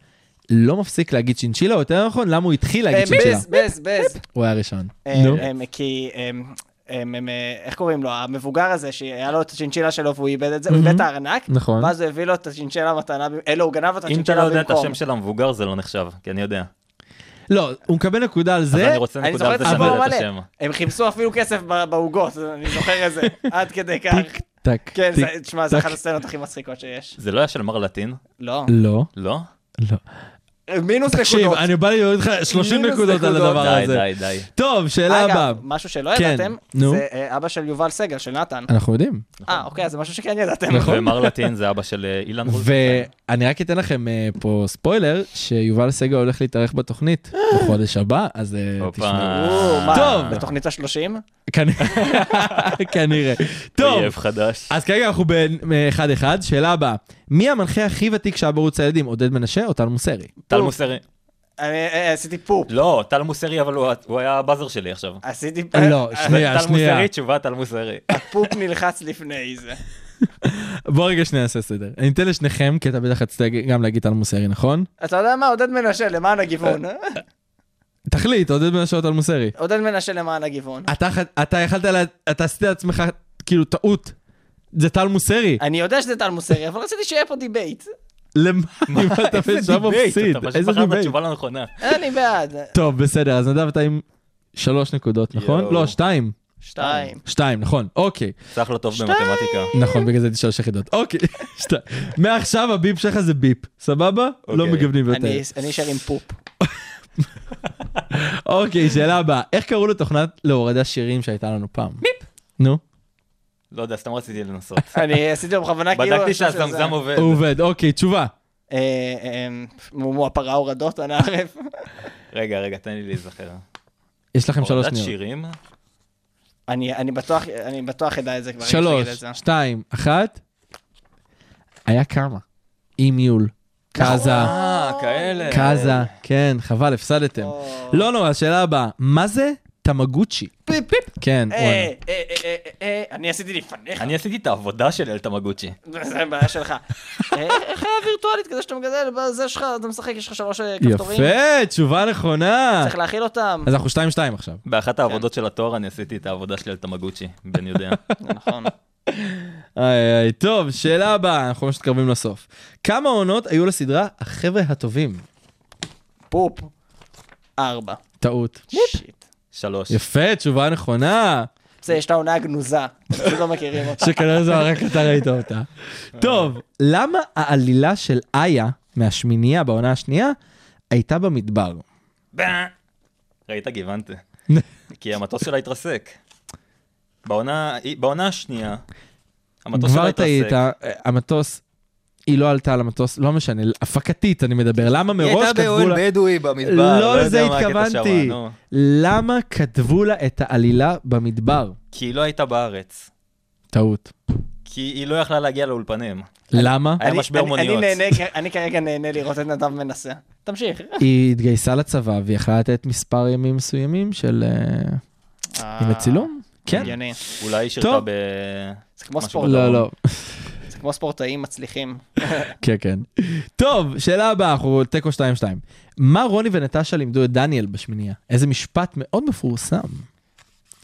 Speaker 4: לא מפסיק להגיד צ'ינצ'ילה, או יותר נכון, למה הוא התחיל להגיד צ'ינצ'ילה?
Speaker 5: בז, בז, בז.
Speaker 4: הוא היה ראשון.
Speaker 5: אה,
Speaker 4: נו.
Speaker 5: אה, כי... אה, אה, אה, איך קוראים לו? המבוגר הזה שהיה לו את הצ'ינצ'ילה שלו והוא איבד את זה, הוא איבד את הארנק,
Speaker 4: נכון.
Speaker 5: ואז הוא הביא לו את הצ'ינצ'ילה מתנה, ב- אה לא, הוא גנב לו את
Speaker 6: אם אתה לא
Speaker 5: הצ'ינצ'ילה
Speaker 6: יודע את
Speaker 5: במקום.
Speaker 6: השם של המבוגר זה לא נחשב, כי אני יודע.
Speaker 4: לא, הוא מקבל נקודה על
Speaker 6: אז
Speaker 4: זה.
Speaker 6: אני רוצה
Speaker 5: אני
Speaker 6: נקודה
Speaker 5: זוכר את
Speaker 6: על זה
Speaker 5: השם
Speaker 6: שאני לא יודע את
Speaker 5: המלא,
Speaker 6: השם.
Speaker 5: הם חיפשו אפילו כסף ב- בעוגות, אני זוכר את
Speaker 4: [LAUGHS]
Speaker 5: זה, עד כדי כך.
Speaker 4: טיק טק.
Speaker 5: כן, זה-
Speaker 4: טיק,
Speaker 5: תשמע, זה
Speaker 4: טק.
Speaker 5: אחת הסצנות הכי מצחיקות שיש.
Speaker 6: זה לא היה של מר לטין?
Speaker 5: לא.
Speaker 4: לא,
Speaker 6: לא?
Speaker 4: לא.
Speaker 5: מינוס
Speaker 4: תקשיב,
Speaker 5: נקודות.
Speaker 4: אני בא לי להוריד לך 30
Speaker 5: מינוס
Speaker 4: נקודות על
Speaker 5: נקודות.
Speaker 4: הדבר
Speaker 6: די,
Speaker 4: הזה.
Speaker 6: די, די.
Speaker 4: טוב, שאלה הבאה.
Speaker 5: אגב, משהו שלא
Speaker 4: כן,
Speaker 5: ידעתם,
Speaker 4: נו. נכון.
Speaker 5: זה אה, אבא של יובל סגל, של נתן.
Speaker 4: אנחנו יודעים.
Speaker 5: אה, אוקיי, אז זה משהו שכן ידעתם.
Speaker 4: נכון.
Speaker 6: ומר לטין זה אבא של אה, אילן רוזנטיין.
Speaker 4: ואני רק אתן לכם אה, פה ספוילר, שיובל סגל הולך להתארח בתוכנית בחודש הבא, אז אה,
Speaker 6: הופה.
Speaker 4: תשמעו.
Speaker 5: או, מה,
Speaker 4: טוב.
Speaker 5: בתוכנית השלושים? אה,
Speaker 4: כנ- [LAUGHS] כנראה. טוב,
Speaker 6: אויב חדש.
Speaker 4: אז כרגע אנחנו באחד-אחד. שאלה הבאה, מי המנחה הכי ותיק שהיה בערוץ הילדים, עודד מנשה או טל מוסרי?
Speaker 6: טל מוסרי.
Speaker 5: אני אה, עשיתי פופ.
Speaker 6: לא, טל מוסרי, אבל הוא- הוא היה הבאזר שלי עכשיו.
Speaker 5: עשיתי פופ.
Speaker 4: לא, שנייה,
Speaker 6: טל
Speaker 4: שנייה.
Speaker 6: מוסרי, תשובה טל
Speaker 4: [LAUGHS]
Speaker 6: מוסרי.
Speaker 5: הפופ נלחץ לפני זה.
Speaker 4: בוא רגע שנייה נעשה סדר. אני אתן לשניכם, כי אתה בטח רצית גם להגיד טל מוסרי, נכון?
Speaker 5: אתה יודע מה, עודד מנשה למען הגיוון.
Speaker 4: אה, תחליט, עודד מנשה או טל מוסרי.
Speaker 5: עודד מנשה למען הגיוון.
Speaker 4: אתה ח- אתה יכלת, לה- אתה עשית לעצמך כאילו טעות. זה טל מוסרי.
Speaker 5: אני יודע שזה טל מוסרי, אבל רציתי שיהיה פה דיבייט.
Speaker 4: [LAUGHS] למה למה אתה שם מפסיד?
Speaker 6: אתה פשוט
Speaker 4: איזה
Speaker 6: בחרת
Speaker 4: דיבייט.
Speaker 6: בתשובה לא נכונה.
Speaker 5: אני בעד.
Speaker 4: טוב, בסדר, אז נדב אתה עם שלוש נקודות, נכון?
Speaker 6: יואו.
Speaker 4: לא, שתיים.
Speaker 5: שתיים.
Speaker 4: שתיים, נכון, אוקיי.
Speaker 6: סך לא טוב במתמטיקה.
Speaker 4: נכון, בגלל זה הייתי שלוש יחידות. אוקיי, [LAUGHS] שתיים. מעכשיו הביפ שלך זה ביפ, סבבה? לא
Speaker 6: אוקיי.
Speaker 4: מגוונים יותר.
Speaker 5: אני אני אשאר עם פופ.
Speaker 4: אוקיי, שאלה הבאה. איך קראו לתוכנת להורדה שירים שהייתה לנו פעם? ביפ. נו,
Speaker 6: לא יודע, סתם רציתי לנסות. [LAUGHS]
Speaker 5: אני עשיתי בכוונה כאילו...
Speaker 6: בדקתי
Speaker 5: עכשיו שזה-
Speaker 6: שהזמזם עובד.
Speaker 4: הוא עובד, אוקיי, תשובה.
Speaker 5: אה, אה, מומו הפרה הורדות, אנא ערף.
Speaker 6: רגע, רגע, תן לי להיזכר.
Speaker 4: יש לכם שלוש
Speaker 6: הורדת
Speaker 4: שניות.
Speaker 6: שירים?
Speaker 5: אני אני בטוח, אני בטוח אדע את זה כבר. אם
Speaker 4: שלוש,
Speaker 5: תגיד את זה.
Speaker 4: שתיים, אחת. היה כמה. אי מיול. קאזה.
Speaker 6: אה, כאלה.
Speaker 4: קאזה, כן, חבל, הפסדתם.
Speaker 6: נכון.
Speaker 4: לא נורא, שאלה הבאה, מה זה תמגוצ'י?
Speaker 5: פיפ, פיפ.
Speaker 4: כן,
Speaker 5: אה,
Speaker 4: וואלה.
Speaker 5: אה, אה, אה, אה, אה, אני עשיתי לפניך.
Speaker 6: אני עשיתי את העבודה של אל תמגוצ'י.
Speaker 5: זה בעיה שלך. אה, איך היה וירטואלית כזה שאתה מגדל, בזה שלך, אתה משחק, יש לך שלוש אה, כפתורים.
Speaker 4: יפה, תשובה נכונה.
Speaker 5: צריך להכיל אותם.
Speaker 4: אז אנחנו 2-2 עכשיו.
Speaker 6: באחת העבודות של התואר אני עשיתי את העבודה שלי על תמגוצ'י, בן
Speaker 4: [LAUGHS]
Speaker 6: יודע.
Speaker 5: נכון.
Speaker 4: איי, איי, טוב, שאלה הבאה, אנחנו ממש מתקרבים לסוף. כמה עונות היו לסדרה החבר'ה הטובים?
Speaker 5: פופ. ארבע.
Speaker 4: טעות.
Speaker 5: שיט.
Speaker 6: שלוש.
Speaker 4: יפה, תשובה נכונה.
Speaker 5: זה, יש לה עונה גנוזה. פשוט לא מכירים אותה.
Speaker 4: שכנראה זו רק אתה ראית אותה. טוב, למה העלילה של איה מהשמינייה בעונה השנייה הייתה במדבר?
Speaker 6: ראית,
Speaker 4: [LAUGHS]
Speaker 6: גיוונתי. כי המטוס שלה התרסק. בעונה בעונה השנייה, המטוס שלה
Speaker 4: כבר
Speaker 6: התרסק.
Speaker 4: טעית, אה, המטוס, היא לא עלתה על המטוס, לא משנה, הפקתית אני מדבר, למה מראש כתבו לה...
Speaker 6: בדואי
Speaker 4: לא לזה
Speaker 6: יודע מה הקטע
Speaker 4: התכוונתי.
Speaker 6: שמה, נו.
Speaker 4: למה כתבו לה את העלילה במדבר?
Speaker 6: כי היא לא הייתה בארץ.
Speaker 4: טעות.
Speaker 6: כי היא לא יכלה להגיע לאולפנים.
Speaker 4: למה?
Speaker 6: היה
Speaker 5: אני-
Speaker 6: משבר
Speaker 5: אני- אני
Speaker 6: מוניות.
Speaker 5: נהנה- אני כרגע נהנה לראות את נדב מנסה. תמשיך.
Speaker 4: היא התגייסה לצבא והיא יכלה לתת מספר ימים מסוימים של... אה, עם הצילום? כן.
Speaker 5: הגיוני.
Speaker 6: אולי היא שירתה
Speaker 4: טוב.
Speaker 6: ב...
Speaker 5: זה כמו
Speaker 6: משהו
Speaker 5: ספורט.
Speaker 4: לא, לא.
Speaker 5: זה כמו ספורטאים מצליחים.
Speaker 4: [LAUGHS] כן, כן. טוב, שאלה הבאה, אנחנו תיקו 2-2. מה רוני ונטשה לימדו את דניאל בשמינייה? איזה משפט מאוד מפורסם.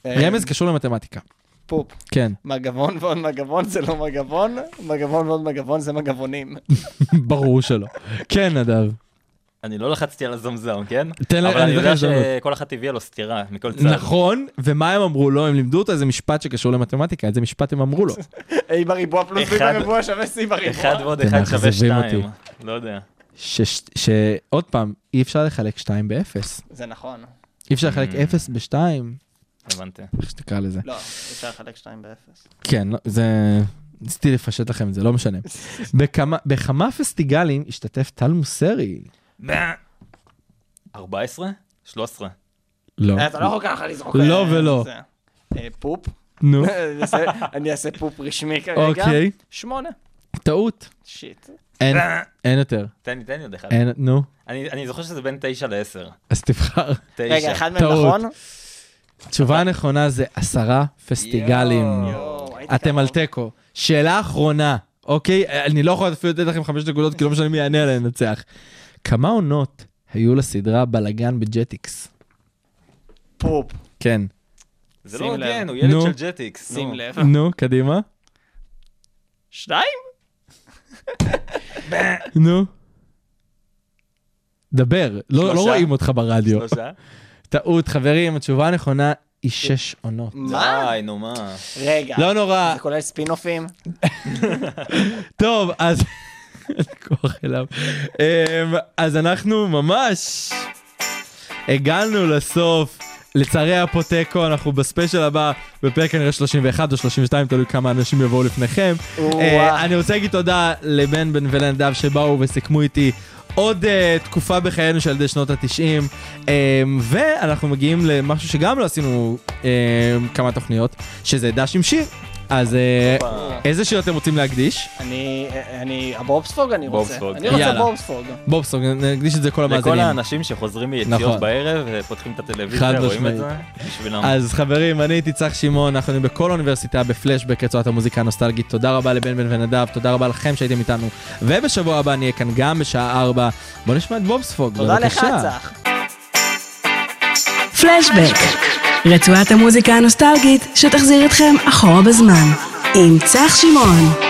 Speaker 5: אה.
Speaker 4: רמז קשור למתמטיקה.
Speaker 5: פופ.
Speaker 4: כן,
Speaker 5: מגבון ועוד מגבון זה לא מגבון, מגבון ועוד מגבון זה [LAUGHS] מגבונים.
Speaker 4: [LAUGHS] ברור שלא. כן, נדב.
Speaker 6: אני לא לחצתי על הזמזם, כן?
Speaker 4: תן לה-
Speaker 6: אבל
Speaker 4: אני
Speaker 6: אני
Speaker 4: אתן לך
Speaker 6: יודע
Speaker 4: הזדמנות.
Speaker 6: שכל אחת הביאה לו סטירה מכל צד.
Speaker 4: נכון, ומה הם אמרו לו? הם לימדו אותו איזה משפט שקשור למתמטיקה, איזה משפט הם אמרו לו.
Speaker 5: A בריבוע פלוס B
Speaker 6: אחד-
Speaker 5: בריבוע שווה C בריבוע.
Speaker 6: אחד ועוד אחד שווה
Speaker 4: מאכזבים
Speaker 6: שתיים.
Speaker 4: אותי.
Speaker 6: לא יודע.
Speaker 4: שש- שעוד פעם, אי אפשר לחלק 2 ב-0.
Speaker 5: זה נכון.
Speaker 4: אי אפשר לחלק
Speaker 6: Mm.
Speaker 4: 0 ב-2,
Speaker 6: הבנתי.
Speaker 4: איך שתקרא לזה.
Speaker 5: לא, אפשר לחלק 2 ב-0.
Speaker 4: כן, לא, זה... ניסיתי לפשט לכם את זה, לא
Speaker 5: [LAUGHS]
Speaker 4: משנה. בכמה, בכמה פסטיגלים השתתף טל מוסרי?
Speaker 6: 14? 13.
Speaker 4: לא.
Speaker 5: אתה לא יכול ככה לזרוק...
Speaker 4: לא
Speaker 5: אה,
Speaker 4: ולא.
Speaker 5: זה. אה, פופ. [LAUGHS]
Speaker 4: נו,
Speaker 5: אני אעשה- אני אעשה פופ רשמי כרגע.
Speaker 4: אוקיי.
Speaker 5: שמונה.
Speaker 4: טעות.
Speaker 5: שיט.
Speaker 4: אין, אין יותר.
Speaker 6: תן לי, תן לי עוד אחד.
Speaker 4: אין, נו.
Speaker 6: אני אני זוכר שזה בין 9 ל-10.
Speaker 4: אז תבחר.
Speaker 6: 9.
Speaker 5: רגע, אחד מהם
Speaker 4: טעות.
Speaker 5: נכון?
Speaker 4: התשובה הנכונה זה עשרה פסטיגלים.
Speaker 5: יואו, הייתי
Speaker 4: אתם
Speaker 5: כמוהו.
Speaker 4: על תיקו. שאלה אחרונה, אוקיי? אני לא יכול אפילו לתת לכם חמש נקודות, כי לא משנה מי יענה עליהן לנצח. כמה עונות היו לסדרה בלאגן בג'טיקס?
Speaker 5: פופ.
Speaker 4: כן.
Speaker 6: זה לא
Speaker 5: שים לב.
Speaker 6: הוגן, הוא ילד
Speaker 4: נו.
Speaker 6: של ג'טיקס.
Speaker 5: שים
Speaker 6: נו.
Speaker 5: לב.
Speaker 4: נו, קדימה.
Speaker 5: שתיים?
Speaker 4: נו. דבר, לא לא
Speaker 6: שלושה.
Speaker 4: רואים אותך ברדיו.
Speaker 6: שלושה?
Speaker 4: טעות, חברים, התשובה הנכונה היא שש עונות.
Speaker 5: מה?
Speaker 6: די, נו מה.
Speaker 5: לא. רגע.
Speaker 4: לא נורא,
Speaker 5: זה כולל ספינופים?
Speaker 4: טוב, אז... אין כוח אליו. אמ, אז אנחנו ממש הגענו לסוף. לצערי היה פה תיקו, אנחנו בספיישל הבא, בפרק כנראה 31 או 32, תלוי כמה אנשים יבואו לפניכם. אה, אני רוצה להגיד תודה לבן בן ולנדב שבאו וסיכמו איתי עוד אה, תקופה בחיינו של ילדי שנות התשעים. אה, ואנחנו מגיעים למשהו שגם לא עשינו אה, כמה תוכניות, שזה דש עם שיר. אז אה, איזה שיר אתם רוצים להקדיש?
Speaker 5: אני, אה, אני, הבובספוג אני רוצה.
Speaker 6: בובספוג.
Speaker 5: אני רוצה
Speaker 4: יאללה.
Speaker 5: בובספוג.
Speaker 4: בובסונג, נקדיש את זה כל
Speaker 6: לכל
Speaker 4: המאזינים.
Speaker 6: האנשים שחוזרים
Speaker 4: נכון.
Speaker 6: מיציאות בערב ופותחים את
Speaker 4: חד
Speaker 6: הטלוויזיה, רואים
Speaker 4: משמעית.
Speaker 6: את זה? בשבילם.
Speaker 4: אז חברים, אני הייתי צח שמעון, אנחנו היינו בכל אוניברסיטה בפלשבק רצועת המוזיקה הנוסטלגית. תודה רבה לבן בן ונדב, תודה רבה לכם שהייתם איתנו. ובשבוע הבא נהיה כאן גם בשעה 4. בוא נשמע את בובספוג,
Speaker 5: תודה לך,
Speaker 4: בבקשה.
Speaker 5: צח.
Speaker 3: פלשבק, רצועת המוזיקה הנוסטלגית שתחזיר אתכם אחורה בזמן, עם צח שמעון.